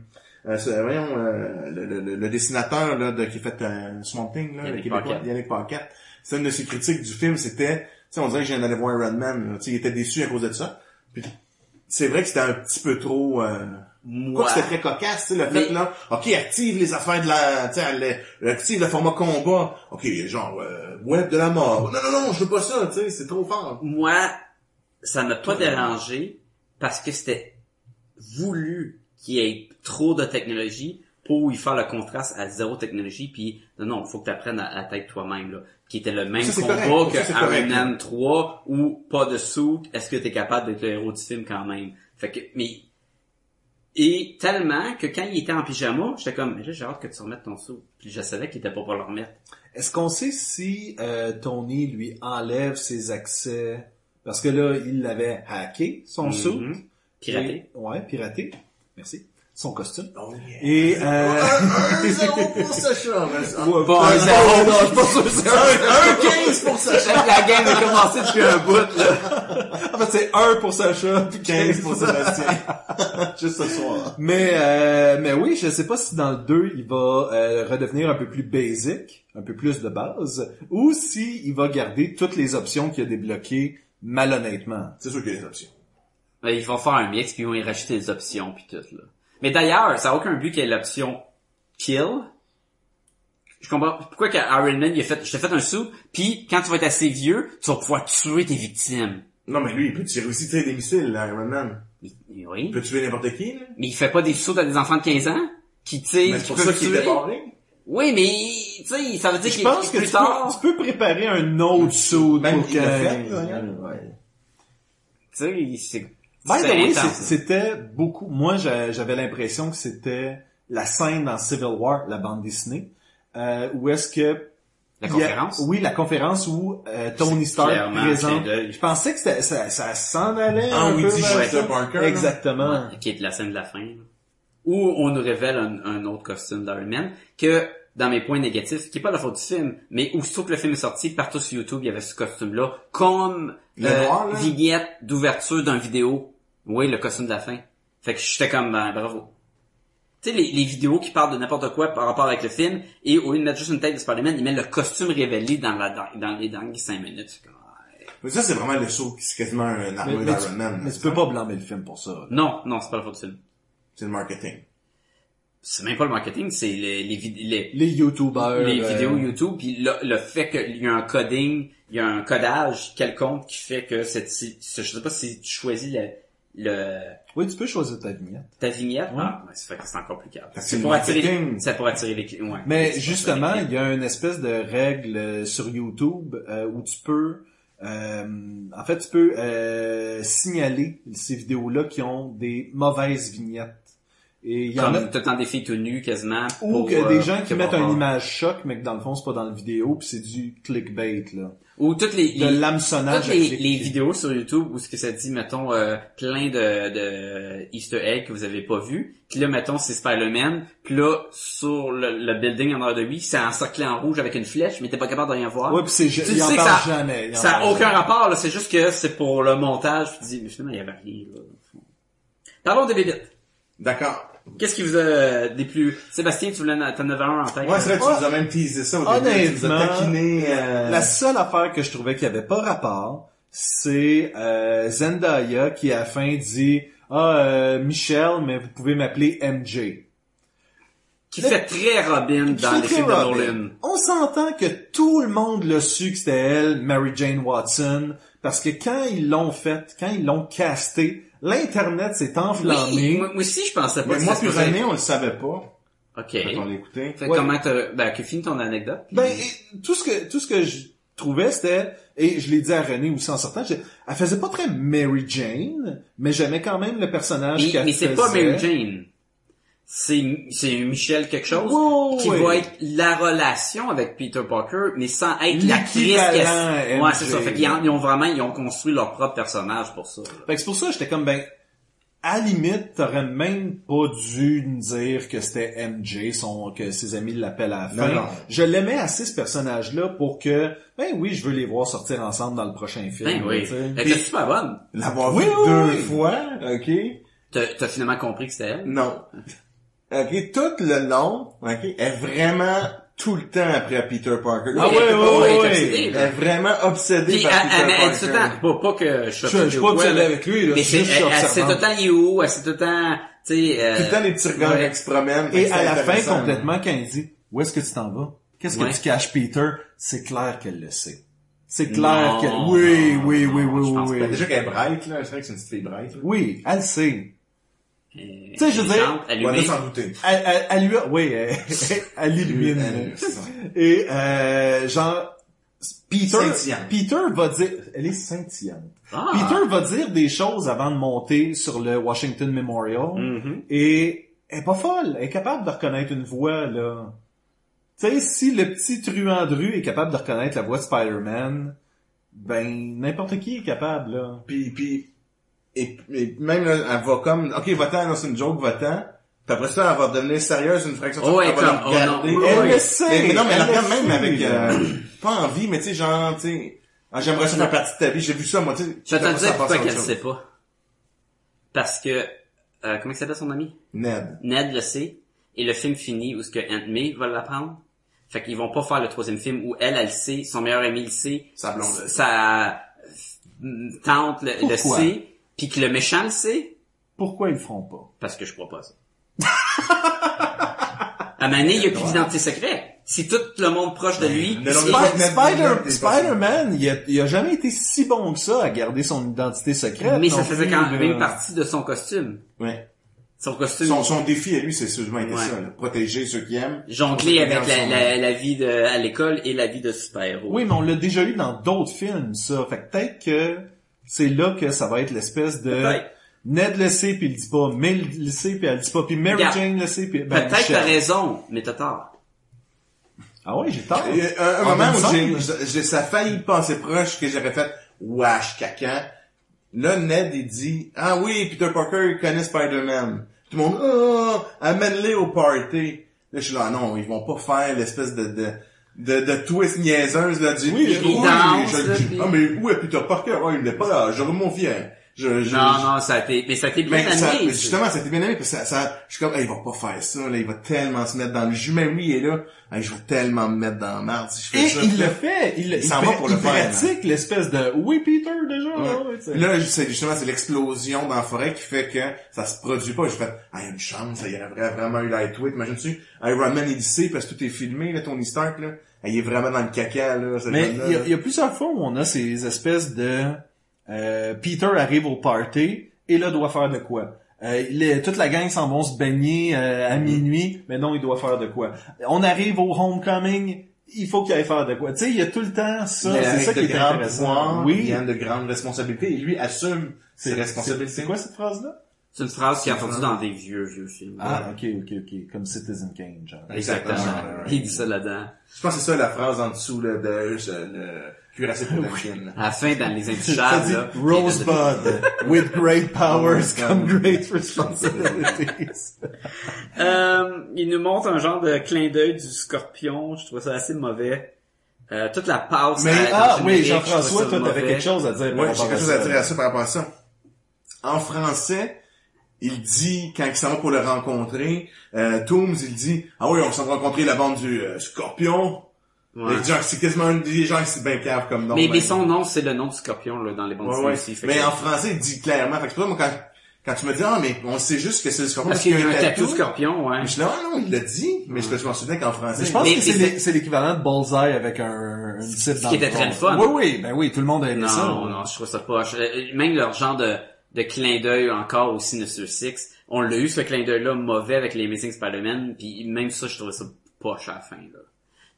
euh, ce- voyons, euh, le, le- le- le dessinateur là, de, qui a fait euh, Swamp Thing, là, Yannick le Québécois, Paquette. Yannick Paquette. C'est une de ses critiques du film, c'était, tu sais, on dirait que je viens d'aller voir Iron Man. là. Tu sais, il était déçu à cause de ça. Puis, c'est vrai que c'était un petit peu trop... euh, Quoi Moi. que c'était très cocasse, tu sais, le Mais- fait, là, OK, active les affaires de la... Tu sais, elle- active le format combat. OK, genre, euh, web de la mort. Non, non, non, je veux pas ça, tu sais, c'est trop fort. Moi, ça m'a pas dérangé parce que c'était voulu qu'il y ait trop de technologie pour y faire le contraste à zéro technologie puis non non faut que tu apprennes à, à t'être toi-même là qui était le même Ça, c'est combat correct. Ça, que c'est Iron correct. Man 3 ou pas de soupe est-ce que tu es capable d'être le héros du film quand même fait que mais et tellement que quand il était en pyjama j'étais comme mais là j'ai hâte que tu remettes ton soupe puis je savais qu'il était pas pour le remettre Est-ce qu'on sait si euh, Tony lui enlève ses accès parce que là il l'avait hacké son Mhm. suit, piraté Et- ouais, piraté. Merci. Son costume. Oh, yeah. Et euh... Un zéro pour Sacha. Un- ouais, Bon, ouais, un zéro. non, non, je suis pas sûr que c'est un. Un 15 pour Sacha. La game a commencé depuis un bout, là. En fait, c'est un pour Sacha, puis 15 pour Sébastien. Juste ce soir. Mais euh, mais oui, je sais pas si dans le 2, il va euh, redevenir un peu plus basic, un peu plus de base, ou si il va garder toutes les options qu'il a débloquées malhonnêtement. C'est sûr qu'il y a des options. Ben, ils vont faire un mix, puis ils vont y rajouter des options, puis tout, là. Mais d'ailleurs, ça n'a aucun but qu'il y ait l'option kill. Je comprends pourquoi que Iron Man, il a fait, je t'ai fait un sou, puis quand tu vas être assez vieux, tu vas pouvoir tuer tes victimes. Non, mais lui, il peut tirer aussi tirer des missiles, là, Iron Man. Mais- mais Il oui. peut tuer n'importe qui, là. Mais il fait pas des sauts à des enfants de 15 ans? Qui tirent, Mais qui c'est pour peuvent ça qu'il tuer? était barré. Oui, mais, tu sais, ça veut dire Je qu'il pense que plus tu peux, tard, tu peux préparer un autre saut Même pour qu'il l'a que- fait, là, regarde. Ouais. tu sais, il- c'est, By the c'est way, intense. c'est- c'était beaucoup. Moi, j'a- j'avais l'impression que c'était la scène dans Civil War, la bande dessinée, euh, où est-ce que La il y a- conférence? oui, la conférence où euh, Tony Stark clairement un clin présente. d'œil. Je pensais que c'était- ça, ça s'en allait. Ah, un oui, peu dit vers Peter ça. Parker, là. Exactement. Ouais, qui est de la scène de la fin, là. où on nous révèle un, un autre costume d'Iron Man, que dans mes points négatifs, qui est pas la faute du film, mais aussitôt que le film est sorti, partout sur YouTube, il y avait ce costume-là, comme euh, Le noir, là? vignette d'ouverture d'un vidéo. Oui, le costume de la fin. Fait que j'étais comme, ben, bravo. Tu sais, les, les vidéos qui parlent de n'importe quoi par rapport avec le film, et au lieu de mettre juste une tête de Spider-Man, ils mettent le costume révélé dans, la, dans, dans les derniers 5 minutes. C'est comme, ah, Mais ça, c'est vraiment le saut qui c'est quasiment un Mais, armure mais d'Iron tu, Man. mais tu peux pas blâmer le film pour ça. Non, non, c'est pas la faute du film. C'est le marketing. C'est même pas le marketing, c'est les, les, vid- les, Les YouTubers. les euh, vidéos YouTube, puis le, le fait qu'il y a un coding, il y a un codage quelconque qui fait que cette, si- ce- je sais pas si tu choisis le, le Oui, tu peux choisir ta vignette. ta vignette, Ouais. ah, ouais, ça fait que c'est encore plus calme. Parce que C'est le pour attirer, marketing- ça pour attirer les clients. Ouais, Mais C'est pour justement, attirer les il y a une espèce de règle euh, sur YouTube euh, où tu peux, euh, en fait, tu peux euh, signaler ces vidéos-là qui ont des mauvaises vignettes. Et il y clients. en a Comme tout le temps des filles tout nues quasiment. ou pour, que euh, des gens qui pour mettent avoir- une image choc, mais que dans le fond c'est pas dans la vidéo, puis c'est du clickbait là, Ou toutes les, de les- l'hameçonnage. toutes à les, clic. les vidéos sur YouTube où ce que ça dit, mettons, euh, plein de, de Easter eggs que vous avez pas vu. Puis là, mettons, c'est Spider-Man. Puis là, sur le, le building en dehors de lui, c'est encerclé en rouge avec une flèche, mais t'es pas capable de rien voir. Ouais, puis c'est, Tu il en sais que parle ça- jamais. il en ça a parle aucun jamais. rapport, là. C'est juste que c'est pour le montage. Tu te dis, mais finalement, il y avait rien, là. Parlons des bébites. D'accord. Qu'est-ce qui vous a des plus... Sébastien, tu voulais, t'en avais un en tête. Ouais, c'est vrai que tu Ouais. nous as même teasé ça au début. Tu nous Honnêtement, as taquiné, euh, La seule affaire que je trouvais qui avait pas rapport, c'est euh, Zendaya qui à la fin dit ah euh, Michel, mais vous pouvez m'appeler MJ. Qui fait très Robin Qui dans fait les très films de Robin. Nolan. On s'entend que tout le monde le su que c'était elle, Mary Jane Watson, parce que quand ils l'ont faite, quand ils l'ont castée, l'internet s'est enflammé. Oui, moi moi aussi, je pensais pas Mais que moi, ça se puis faisait- René, on le savait pas OK. quand on l'écoutait. Fait que Ouais. comment t'as... Ben, que finit ton anecdote? puis- Ben, et tout ce que, tout ce que je, trouvais, c'était, et je l'ai dit à René aussi en sortant, je- elle faisait pas très Mary Jane, mais j'aimais quand même le personnage Mais, qu'elle mais c'est pas faisait. Mary Jane. C'est, c'est Michel quelque chose Ouais, ouais, qui ouais. va être la relation avec Peter Parker, mais sans être l'actrice L'équivalent qu'elle... Ouais, c'est MJ. ça. Fait qu'ils en- ils ont vraiment, ils ont construit leur propre personnage pour ça. là. Fait que c'est pour ça, j'étais comme, ben, à la limite, t'aurais même pas dû nous dire que c'était MJ, son, que ses amis l'appellent à la fin. Non, non. Je l'aimais assez, ce personnage-là, pour que, ben oui, je veux les voir sortir ensemble dans le prochain film. Ben oui. tu sais. Elle était super bonne. L'avoir Oui, vu oui, deux oui. fois, ok? T'as, t'as finalement compris que c'était elle. Non. Ok, tout le long, ok, est vraiment tout le temps après Peter Parker. Ah Elle ouais, était pas- ouais, elle était ouais. obsédée, Elle là. est vraiment obsédée Puis elle, par Peter elle, elle, Parker. dit tout le temps, pas, pas que je suis Je suis- je suis obsédé pas ou quoi, obsédé là. avec lui, là. Mais Je suis c'est, juste elle, elle sait tout observante. le temps il est où, elle sait tout le temps, tu sais, euh, Tout le temps les petits regards ouais. qui se promènent. Et c'est à la fin, intéressant. complètement, quand il dit « Où est-ce que tu t'en vas? Qu'est-ce Ouais. que tu caches, Peter? » C'est clair qu'elle le sait. C'est Non, clair qu'elle... Oui, non, oui, oui, non, oui, je pense oui, Ben, oui. déjà qu'elle est bright, là. C'est vrai que c'est une petite fille bright, là. Oui, elle le sait. Tu sais, je veux dire- On va s'en douter. Elle, elle, elle lui... a- Oui, elle, elle illumine. Elle- Et euh, genre Peter Scintillante. Peter va dire elle est scintillante. Ah. Peter va dire des choses avant de monter sur le Washington Memorial Mhm. et elle est pas folle, elle est capable de reconnaître une voix là. Tu sais si le petit truand de rue est capable de reconnaître la voix de Spider-Man, ben n'importe qui est capable là. Puis, puis, et, et même là, elle va comme, ok, va-t'en, là, c'est une joke, va-ten. Puis après ça, elle va devenir sérieuse une fraction de Oh, seconde, elle elle va la comme, oh, non. regarder. Oui, Elle oui. le sait. Mais, mais non, mais elle le regarde sait, même avec, là. euh, pas envie, mais tu sais, genre, tu sais, ah, j'aimerais ça faire partie de ta vie, j'ai vu ça, moi, tu sais. Je vais te Après le ça, dire elle passe à pourquoi autre qu'elle le chose. sait pas. Parce que, euh, comment il s'appelle son ami? Ned. Ned le sait, et le film finit où ce que Aunt May va l'apprendre. Fait qu'ils vont pas faire le troisième film où elle, elle le sait, son meilleur ami le sait, Sa blonde. s- sa euh, tante le, le Pourquoi? sait, puis que le méchant le sait, Pourquoi ils le feront pas parce que je crois pas à ça. à Mané, il y a plus d'identité secrète. Si tout le monde proche de lui, Mais non, il- pas- Spi- Spider- Spider- des Spider-Man, il a, il a jamais été si bon que ça à garder son identité secrète. mais non ça faisait plus, quand là. même partie de son costume. Ouais. Son costume. Son, son défi à lui, c'est sûrement été Ouais. ça, là, protéger ceux qui aiment. jongler avec la, Son- la, la vie de, à l'école et la vie de super-héros. Oui, mais on l'a déjà eu dans d'autres films, ça. Fait que peut-être que c'est là que ça va être l'espèce de... Peut-être. Ned le sait, puis il dit pas. May le sait, puis elle le dit pas. Puis Mary Regarde. Jane le sait, puis... ben, Peut-être Michel. t'as raison, mais t'as tort. Ah ouais, j'ai tort. Et, euh, un En moment même où sens. j'ai, j'ai- ça a failli passer proche que j'aurais fait wesh caca. Là, Ned, il dit, ah oui, Peter Parker, il connaît Spider-Man. Tout le monde, oh, amène-les au party. Là, je suis là, Ah non, ils vont pas faire l'espèce de, de, de, de twist niaiseuse, là, du, Oui, je- ils dansent, je- là, je- puis- ah, mais où est Peter Parker? Ouais, il n'est pas là, je remonte bien. Je, je, Non, non, ça a été, mais ça a été bien mais Ben, ça, amené. justement, c'était bien aimé, parce que ça, ça, je suis comme, hey, il va pas faire ça, là, il va tellement se mettre dans le jus, même lui, il est là, hey, je vais tellement me mettre dans la merde si je fais Et ça. il Là, le fait. Il, il, s'en va fait- pour le il faire, là. pratique l'espèce de... Oui, Peter, déjà. Ouais. là, ouais, tu sais. Là, je- c'est justement, c'est l'explosion dans la forêt qui fait que ça se produit pas. Je fais, ah, il y a une chance, il y aurait vraiment eu Lightweight. Imagine-tu, Iron Man est lycée parce que tout est filmé, là, Tony Stark, là. Il est vraiment dans le caca, là. ce Mais jeune-là, il y, a- là. il y a plusieurs fois où on a ces espèces de euh, Peter arrive au party et là doit faire de quoi. Euh, les- toute la gang s'en vont se baigner euh, à Mm. minuit, mais non, il doit faire de quoi. On arrive au homecoming, il faut qu'il aille faire de quoi. Tu sais, il y a tout le temps ça. Mais C'est avec ça qui de est grands intéressant. pouvoirs, Il oui. y a de grandes responsabilités, et lui assume ses responsabilités. C'est quoi cette phrase-là? C'est une phrase qu'il a entendue dans des vieux, vieux films. Ah, ok, ok, ok. Comme Citizen Kane, genre. Exactement. Exactement. Il dit ça là-dedans. Je pense que c'est ça la phrase en dessous là, de euh, le cuirassé pour la Chine. À la fin, dans les Ça intouchables, dit là. Rosebud, with great powers come great responsibilities. Euh, il nous montre un genre de clin d'œil du scorpion. Je trouve ça assez mauvais. Euh, toute la passe. Mais, à- dans ah le oui, générique, je trouve Jean-François, ça toi, t'avais mauvais. quelque chose à dire. par Oui, j'ai rapport quelque à chose ça. à dire à ça par rapport à ça. En français, il dit, quand il s'en va pour le rencontrer, euh, Toomes, il dit « Ah oui, on s'en va rencontrer la bande du euh, scorpion. Ouais. Les gens, c'est quasiment un des gens qui se bien cave comme nom. Mais, mais Ben, son nom, c'est le nom du scorpion, là, dans les bandes Ouais, dessinées ouais. aussi. Fait Mais que- en français, il dit clairement. Fait que c'est pour ça, moi, quand, quand tu me dis « Ah, mais on sait juste que c'est le scorpion. » parce qu'il y a un tatou scorpion, ouais. Je suis là « Ah non, il l'a dit. » Mais je, je m'en souvenais qu'en français... Mais je pense Mais- que mais c'est c'est- l'é- c'est l'équivalent de Bullseye avec un, une cible dans qui le était très le front. fun. Oui, oui, ben oui, tout le monde a aimé Non, ça. non, je trouve ça poche. Euh, Même leur genre de, de clin d'œil encore au Sinister Six, on l'a eu ce clin d'œil-là mauvais avec les Amazing Spider-Man, puis même ça, je trouvais ça poche à la fin. là.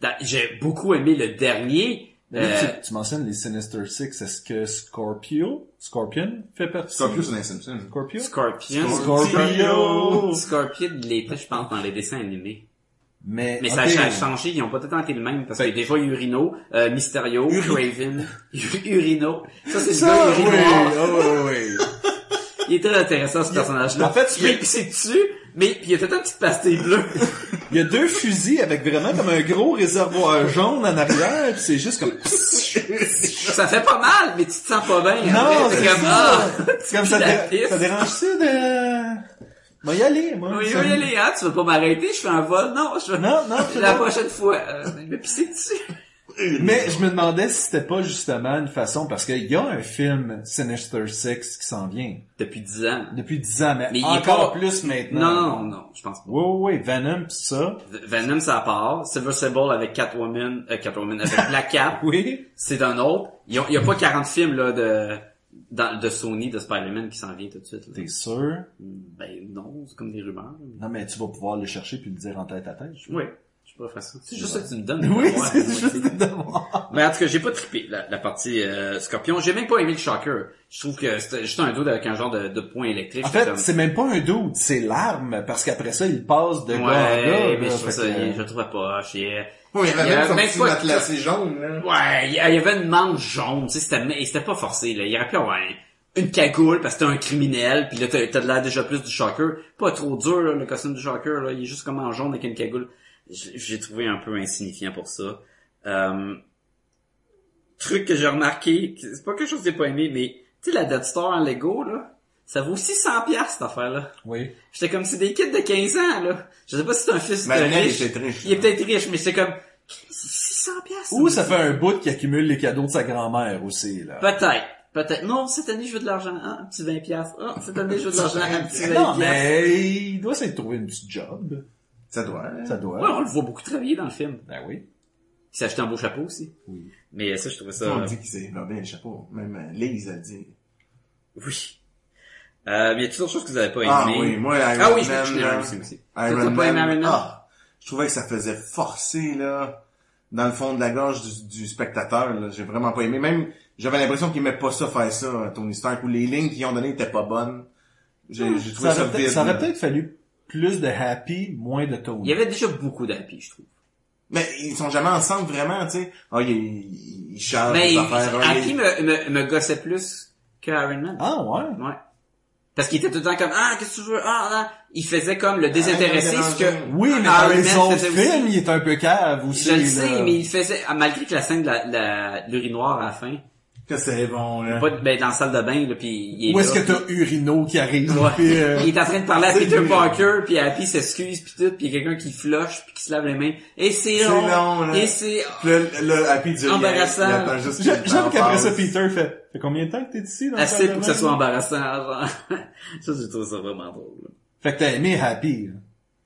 Dans- J'ai beaucoup aimé le dernier, Mais là, Euh, tu, tu mentionnes les Sinister Six. Est-ce que Scorpio, Scorpion fait partie? Scorpio, c'est dans les Simpsons. Scorpio? euh, Scorpion. Scorpio! Scorpion l'était, je pense, dans les dessins animés. Mais, Mais ok. ça a changé, ils ont pas tout le temps été le même, parce que Fait- des fois, Urino, euh, Mysterio, Craven, U- Urino. Ça, c'est le Ça, gars oui, Urinoir. oh, oui, oui. Il est très intéressant, ce personnage-là. en fait, il est pissé dessus, mais puis il y a tout le temps une petite pastille bleue. Il y a deux fusils avec vraiment comme un gros réservoir jaune en arrière, pis c'est juste comme... ça fait pas mal, mais tu te sens pas bien. Non, après. c'est T'es comme, ça. ah, C'est comme ça, tu dé- la pisses. ça dérange-tu de... Moi, y aller, moi. Oui, ça- oui, allez, hein, tu veux pas m'arrêter, je fais un vol. Non, je fais... Non, non, c'est La bon. prochaine fois, euh, je vais pisser dessus. Mais je me demandais si c'était pas justement une façon, parce qu'il y a un film Sinister Six qui s'en vient. Depuis 10 ans. Depuis 10 ans, mais, Mais il est encore pas- plus maintenant. Non, non, non, non, je pense pas. Oui, oui, oui, Venom pis ça. Venom, ça part. Silver Sable avec Catwoman, euh, Catwoman avec Black Cat, Oui. c'est un autre. Il y a pas 40 films là de dans- de Sony, de Spider-Man qui s'en vient tout de suite. là. T'es sûr? Ben non, c'est comme des rumeurs. Non, mais tu vas pouvoir le chercher puis le dire en tête à tête. je- Oui, je pourrais faire ça. C'est juste ça que tu me donnes. Oui, Ouais, c'est ouais, juste des devoirs. Mais en tout cas, j'ai pas trippé la, la partie euh, Scorpion. J'ai même pas aimé le Shocker. Je trouve que c'était juste un dos avec un genre de, de point électrique. En J'étais fait, comme- c'est même pas un doute, c'est l'arme, parce qu'après ça, il passe de Ouais, gars à gars. mais je là, trouve fait ça, que- euh, je euh, le trouvais pas. Yeah. Oui, il y Il y avait a même même sorti pas- notre lacet jaune, là. Ouais, il y il y avait une manche jaune, tu sais, c'était, mais c'était pas forcé, là. Il aurait pu avoir un- une cagoule parce que t'es un criminel, puis là, t'as, t'as de l'air déjà plus du shocker. Pas trop dur, là, le costume du shocker, là. Il est juste comme en jaune avec une cagoule. J- J'ai trouvé un peu insignifiant pour ça. Euh, truc que j'ai remarqué, que- c'est pas quelque chose que j'ai pas aimé, mais, tu sais, la Death Star en Lego, là, ça vaut 600 pièces cette affaire-là. Oui. J'étais comme, c'est des kids de 15 ans, là. Je sais pas si c'est un fils de Maintenant, il riche. était riche. Il est peut-être riche, mais c'est comme, 600 pièces. Ou ça fait un bout qui accumule les cadeaux de sa grand-mère aussi, là. Peut-être. Peut-être. Non, cette année, je veux de l'argent. Ah, un petit 20 piastres. Ah, cette année, je veux de l'argent. Un petit 20 Non, piastres. mais il doit s'être trouvé une petite job. Ça doit, hein. Ça doit. Ouais, on le voit beaucoup travailler dans le film. Ben oui. Il s'est acheté un beau chapeau aussi. Oui. Mais ça, je trouvais ça... On dit qu'il s'est ben, barbé le chapeau. Même euh, Lise a dit. Oui. Euh, mais il y a toutes autre chose que vous avez pas aimé. Ah oui, moi, Iron Ah oui, je Man, je l'ai là, aimé, c'est aussi. T'as Iron pas aimé Man, Iron Man? ah, je trouvais que ça faisait forcer, là, dans le fond de la gorge du, du spectateur, là. J'ai vraiment pas aimé. Même, j'avais l'impression qu'il aimait pas ça faire ça, hein, Tony Stark, ou les lignes qu'ils ont données étaient pas bonnes. Hmm, J'ai j'ai trouvé Ça, ça, aurait vide. peut-être- ça aurait là. peut-être fallu plus de happy, moins de Il Tony. y avait déjà beaucoup d'happy, je trouve. Mais ils sont jamais ensemble vraiment, tu sais. Ah, ils il, il chantent mais des affaires. hein, Happy ils- me, me, me gossait plus que Iron Man. Ah ouais? Ouais. Parce qu'il était tout le temps comme, ah, qu'est-ce que tu veux? Ah, non. Il faisait comme le désintéressé, il ce était que... dans- Oui, mais Ah, Iron dans les Man autres faisait aussi. films, il est un peu cave aussi. Je le là. sais, mais il faisait, ah, malgré que la scène de la- la- l'urinoir à la fin, Que c'est bon, là. pas de- ben, dans la salle de bain, là, puis il est Où est-ce que là, t'as Urino qui arrive? Ouais. puis, euh, Il est en train de parler à C'est Peter lui. Parker, puis Happy s'excuse, puis tout, puis il y a quelqu'un qui flush, puis qui se lave les mains. Et c'est C'est long, long, hein. là. et c'est... Le, le ah, Happy du Embarrassant. j'a- J'aime qu'après ça, Peter fait, fait combien de temps que t'es ici? Dans le assez pour Parlement? que ça soit embarrassant. Genre. ça, j'ai trouvé ça vraiment drôle. là. Fait que t'as aimé Happy. là.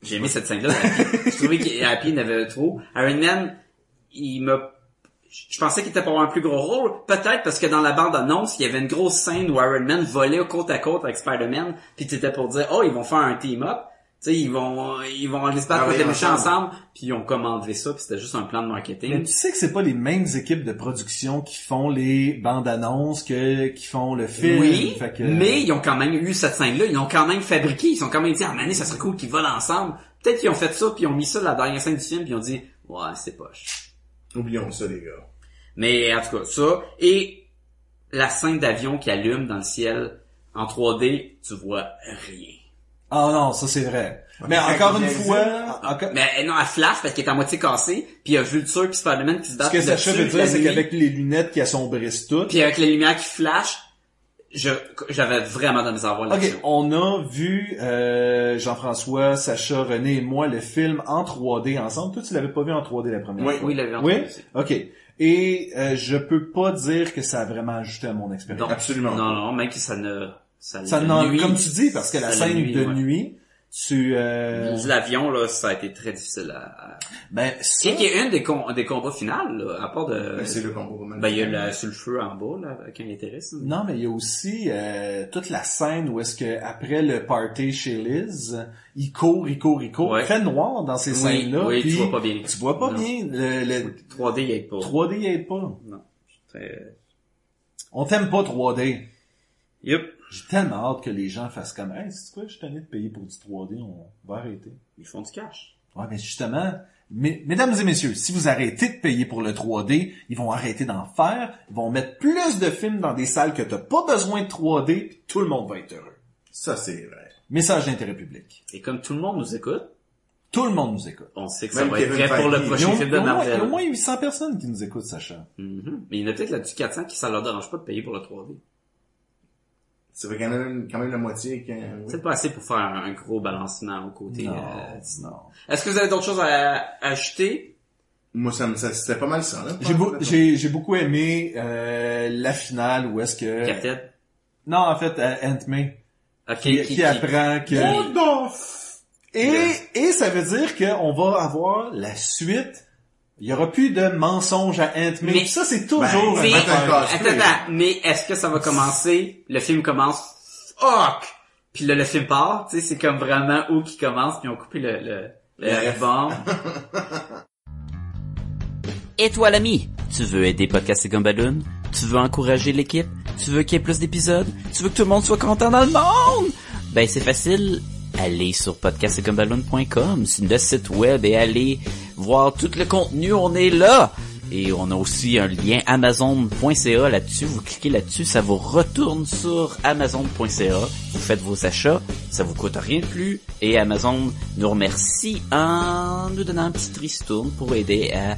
J'ai aimé cette scène-là. d'Happy. Je trouvais qu'Happy n'avait trop. Iron Man, il m'a... Je pensais qu'il était pour avoir un plus gros rôle, peut-être parce que dans la bande-annonce, il y avait une grosse scène où Iron Man volait côte à côte avec Spider-Man, puis t'étais pour dire « Oh, ils vont faire un team-up ». Tu sais, ils vont, ils vont aller se battre contre les Travailler méchants ensemble. ensemble, puis ils ont commandé ça, puis c'était juste un plan de Mais marketing. tu sais que c'est pas les mêmes équipes de production qui font les bandes annonces que, qui font le film. oui, euh, Fait que- mais ils ont quand même eu cette scène-là, ils l'ont quand même fabriqué, ils ont quand même dit « Ah, mané, ça serait cool qu'ils volent ensemble ». Peut-être qu'ils ont fait ça, puis ils ont mis ça la dernière scène du film, puis ils ont dit « Ouais, c'est poche ». Oublions ça, les gars. Mais en tout cas, ça. Et la scène d'avion qui allume dans le ciel en 3D, tu vois rien. Ah non, ça c'est vrai. Mais Fait encore qu'il une y a fois, encore... Mais euh, non, elle flash parce qu'elle est à moitié cassée, puis il y a Vulture puis Spider-Man qui se ce battent que dessus Sacha veut la dire, c'est nuit, qu'avec les lunettes qui assombrissent tout, Puis avec les lumières qui flashent, je, j'avais vraiment de la misère à voir Ok, là-dessus. on a vu euh, Jean-François, Sacha, René et moi le film en 3D ensemble. Toi, tu l'avais pas vu en 3D la première Oui. fois. Oui, il l'avait Oui. entendu aussi. Ok. Et euh, je peux pas dire que ça a vraiment ajouté à mon expérience. Absolument. Non, non, mec, ça ne... Ça, Ça le n'en- nuit. comme tu dis, parce que la Ça le scène nuit, de ouais. nuit, Tu, euh, L'avion, là, ça a été très difficile à... à- ben, ça, Qui qui est une des, com- des combats finales, là, à part de... C'est le combo roman. Ben, il y a le, sur le feu en bas, là, quand il atterrisse. là. Non, mais il y a aussi euh, toute la scène où est-ce que après le party chez Liz, il court, il court, il court. Ouais. Très noir dans ces Oui, scènes-là. oui, puis tu vois pas bien. Tu vois pas Non. bien. Le, le 3D, il y a pas. euh, 3D il aide pas. Non. Très- On t'aime pas 3D. Yup. J'ai tellement hâte que les gens fassent comme Hey, c'est quoi, je suis tanné de payer pour du 3D, on va arrêter. Ils font du cash. Ouais, mais justement, mes- mesdames et messieurs, si vous arrêtez de payer pour le 3D, ils vont arrêter d'en faire, ils vont mettre plus de films dans des salles que t'as pas besoin de 3D, puis tout le monde va être heureux. Ça, c'est vrai. Message d'intérêt public. Et comme tout le monde nous écoute, Tout le monde nous écoute. on sait que Même ça va être Kevin prêt pour le Il Feige. y a prochain au- film il de y a au moins- il y a au Marvel. moins 800 personnes qui nous écoutent, Sacha. Mhm. Mais il y en a peut-être là-dessus 400 qui ça leur dérange pas de payer pour le 3D. C'est vrai qu'il y en a une- quand même la moitié qui... euh, oui. C'est pas assez pour faire un, un gros balancement au côté. euh, cinéma. non. Est-ce que vous avez d'autres choses à, à ajouter? Moi, ça me, ça- c'était pas mal ça, là. J'ai beau- j'ai- j'ai beaucoup aimé euh, la finale où est-ce que... Captain? Non, en fait, euh, Ant-Man. Ok, qui, qui apprend que... What Et, et ça veut dire qu'on va avoir la suite. Il y aura plus de mensonges à Ant-Man. Mais- ça, c'est toujours... Ben, un c'est- affaire. Attends, Attends, attends, mais est-ce que ça va commencer? Le film commence, fuck! Puis là, le film part, tu sais, c'est comme vraiment où qui commence, puis on coupe le, le, le, Le le bon. Et toi, l'ami, tu veux aider Podcast et Gumballoon? Tu veux encourager l'équipe? Tu veux qu'il y ait plus d'épisodes? Tu veux que tout le monde soit content dans le monde? Ben, c'est facile. Allez sur podcastetgumballoon.com, c'est notre site web, et allez voir tout le contenu, on est là! Et on a aussi un lien amazon.ca là-dessus. Vous cliquez là-dessus, ça vous retourne sur amazon.ca. Vous faites vos achats, ça vous coûte rien de plus. Et Amazon nous remercie en nous donnant un petit tristourne pour aider à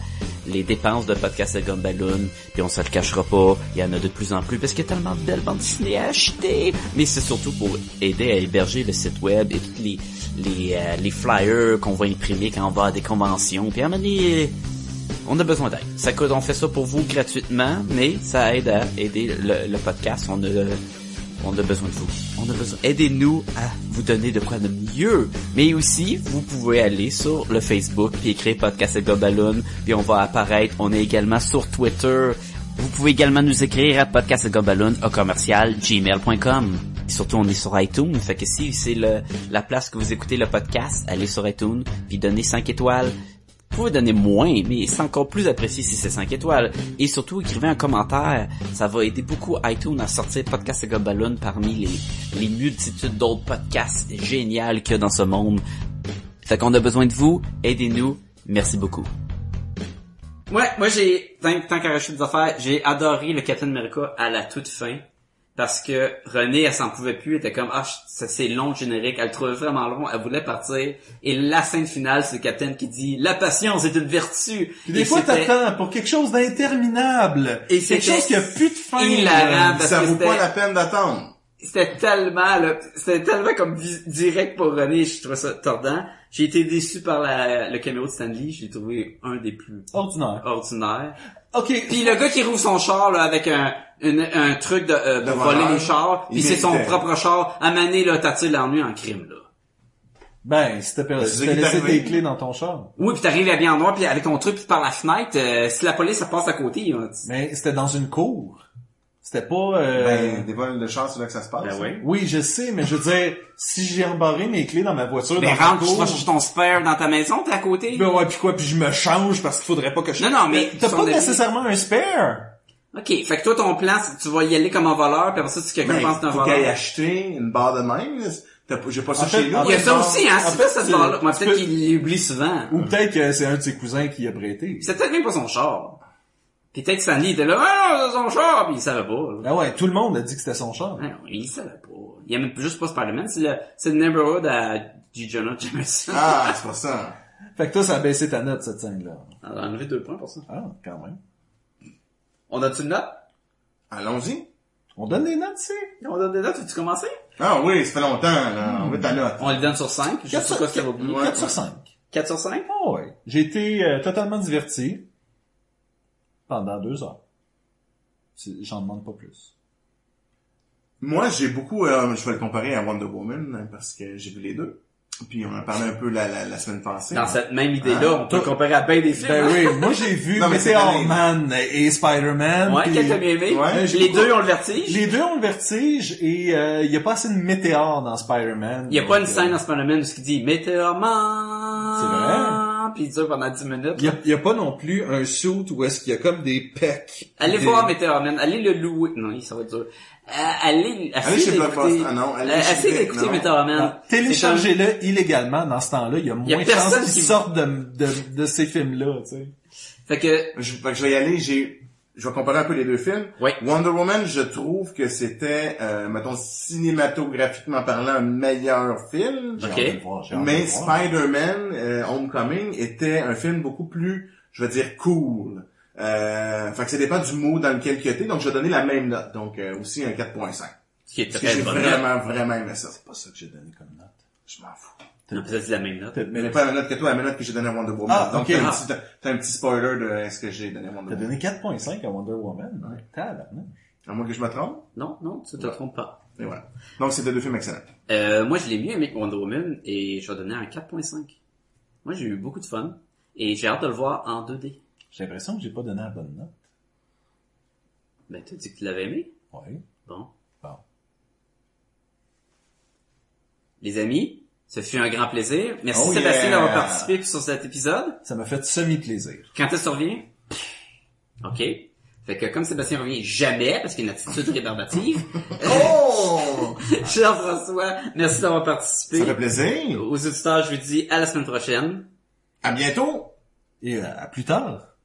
les dépenses de podcast à Gumballoon. Puis on se le cachera pas, il y en a de plus en plus parce qu'il y a tellement de belles bandes dessinées à acheter. Mais c'est surtout pour aider à héberger le site web et toutes les, les, euh, les flyers qu'on va imprimer quand on va à des conventions. Puis amener... On a besoin d'aide. Ça coûte, on fait ça pour vous gratuitement, mais ça aide à aider le, le podcast. On a, on a besoin de vous. On a besoin. Aidez-nous à vous donner de quoi de mieux. Mais aussi, vous pouvez aller sur le Facebook puis écrire Podcast et Gobaloon, puis on va apparaître. On est également sur Twitter. Vous pouvez également nous écrire à podcastgobaloon au commercial gmail.com. Et Surtout, on est sur iTunes, fait que si c'est le, la place que vous écoutez le podcast, allez sur iTunes, puis donnez 5 étoiles, vous pouvez donner moins, mais c'est encore plus apprécié si c'est 5 étoiles. Et surtout, écrivez un commentaire. Ça va aider beaucoup iTunes à sortir Podcast et Gobaloon parmi les, les multitudes d'autres podcasts géniaux qu'il y a dans ce monde. Fait qu'on a besoin de vous. Aidez-nous. Merci beaucoup. Ouais, moi j'ai, tant, tant qu'à rajouter des affaires, j'ai adoré le Captain America à la toute fin. Parce que René, elle s'en pouvait plus, elle était comme, ah, je- ça c'est long le générique, elle le trouvait vraiment long, elle voulait partir. Et la scène finale, c'est le Captain qui dit, la patience est une vertu. Puis des Et fois, c'était- t'attends pour quelque chose d'interminable. Et quelque c'était chose qui a plus de fin. euh, hilarant. parce Ça que vaut c'était- pas la peine d'attendre. c'était tellement là, c'était tellement comme vi- direct pour René, je trouvais ça tordant. J'ai été déçu par la- le caméo de Stanley, j'ai trouvé un des plus Ordinaire. ordinaires. OK. Puis le gars qui rouvre son char là avec un une- un truc de euh, pour De voler voleur. les chars, Il puis c'est son méritait. propre char. À Mané là, t'attires l'ennui en crime là. Ben, si t'as per- C'est si ça t'as qui est laissé arrivé. des clés dans ton char. Oui, puis t'arrives habillé en noir, puis avec ton truc puis par la fenêtre, euh, si la police elle passe à côté, hein, tu- Mais c'était dans une cour. C'était pas... euh, Ben, des vols de chance, c'est là que ça se passe. Ben ouais. Oui, je sais, mais je veux dire, si j'ai embarré mes clés dans ma voiture, ben dans ma rentre, tu cour, vas chercher ton spare dans ta maison, t'es à côté. ben ouais, puis quoi, puis je me change parce qu'il faudrait pas que je... Euh, Non, non, mais- T'as son pas avis- nécessairement un spare. Ok, fait que toi ton plan, c'est que tu vas y aller comme un voleur, puis après ça, si quelqu'un Ben, pense que t'es un faut voleur. qu'elle aille acheter une barre de même. là. T'as pas- J'ai pas ça En fait, chez en nous. Il y a fait, ça non. aussi, hein, En c'est fait, pas cette tu- barre-là. Moi, tu peut-être peux- qu'il l'oublie souvent. Ou peut-être que c'est un de ses cousins qui a prêté. C'est peut-être même pas son char. Puis peut-être que Stanley était là, ah, non, c'est son char, puis il savait pas. là. Ah ouais, tout le monde a dit que c'était son char. Ah non, il savait pas. Il y a même juste pas Spider-Man, c'est le, c'est le neighborhood à G. Jonah Jameson. Ah, c'est pour ça. Fait que toi, ça a baissé ta note, cette scène-là. On a enlevé deux points pour ça. Ah, quand même. On a-tu une note? Allons-y. On donne des notes, c'est... On donne des notes, veux-tu commencer? Ah oui, ça fait longtemps, là. On veut ta note. On les donne sur 5, je 4 sais sur, pas ce qu'il va oublier. 4 sur 5. 4 sur 5? Ah ouais. J'ai été euh, totalement diverti pendant deux heures. C'est- J'en demande pas plus. Moi, j'ai beaucoup, euh, je vais le comparer à Wonder Woman, hein, parce que j'ai vu les deux. Puis on en parlait un peu la, la, la semaine passée. Dans cette même idée-là, Ah. on peut comparer à bien des films. Ben oui, moi j'ai vu Non, mais c'est Meteor année. Man et Spider-Man. Ouais, puis qu'elle t'a bien aimé. Ouais, j'ai les beaucoup- deux ont le vertige. Les deux ont le vertige et euh, il y a pas assez de météores dans Spider-Man. Il y a pas une Donc, euh, scène dans Spider-Man où ce qui dit Meteor Man. C'est Puis il dure pendant 10 minutes. Il y a, il y a pas non plus un suit où est-ce qu'il y a comme des pecs. Allez des- voir Meteor Man, allez le louer. Non, il- ça va être dur. Euh, allez, Allez chez essayez d'écouter. Blockbuster. Ah non, allez Euh, chez- essayez d'écouter non. Meteor Man. Ah, Téléchargez-le illégalement dans ce temps-là. Il y y a a moins de personne chances qu'ils qui- sortent de, de, de ces films-là. tu sais. Fait que, Je, fait que je vais y aller, j'ai, je vais comparer un peu les deux films. Ouais. Wonder Woman, je trouve que c'était, euh, mettons, cinématographiquement parlant, un meilleur film. J'ai Ok. hâte de le voir, j'ai hâte de Mais le voir. Spider-Man euh, Homecoming était un film beaucoup plus, je veux dire, cool. Euh, fait que ça dépend du mot dans lequel tu étais, donc je vais donner la même note, donc euh, aussi un 4.5. ce qui est Parce que très j'ai bonne note. vraiment, vraiment aimé ça. C'est pas ça que j'ai donné comme note. Je m'en fous. Non, ça c'est la même note. Mais pas la même note que toi, la même note que j'ai donnée à Wonder Woman. Ah, donc ok. t'as, un Ah. petit, t'as- t'as un petit spoiler de est-ce que j'ai donné à Wonder T'as Woman. donné 4.5 à Wonder Woman. Ouais. Tabarnak. À moins que je me trompe. Non, non, tu te Ouais. trompes pas. Et voilà. Donc c'était deux films excellents. Euh, moi, je l'ai mieux aimé que Wonder Woman et je vais donner un 4.5. Moi, j'ai eu beaucoup de fun et j'ai hâte de le voir en 2D. J'ai l'impression que j'ai pas donné la bonne note. Ben, t'as dit que tu l'avais aimé? Ouais. Bon. Bon. Les amis, ce fut un grand plaisir. Merci Oh Sébastien yeah. d'avoir participé sur cet épisode. Ça m'a fait semi-plaisir. Quand est-ce que tu reviens? OK. Fait que comme Sébastien revient jamais, parce qu'il a une attitude rébarbative, Oh! Jean-François, merci d'avoir Ça participé. fait plaisir. Aux auditeurs, je vous dis à la semaine prochaine. À bientôt! Et euh, à plus tard.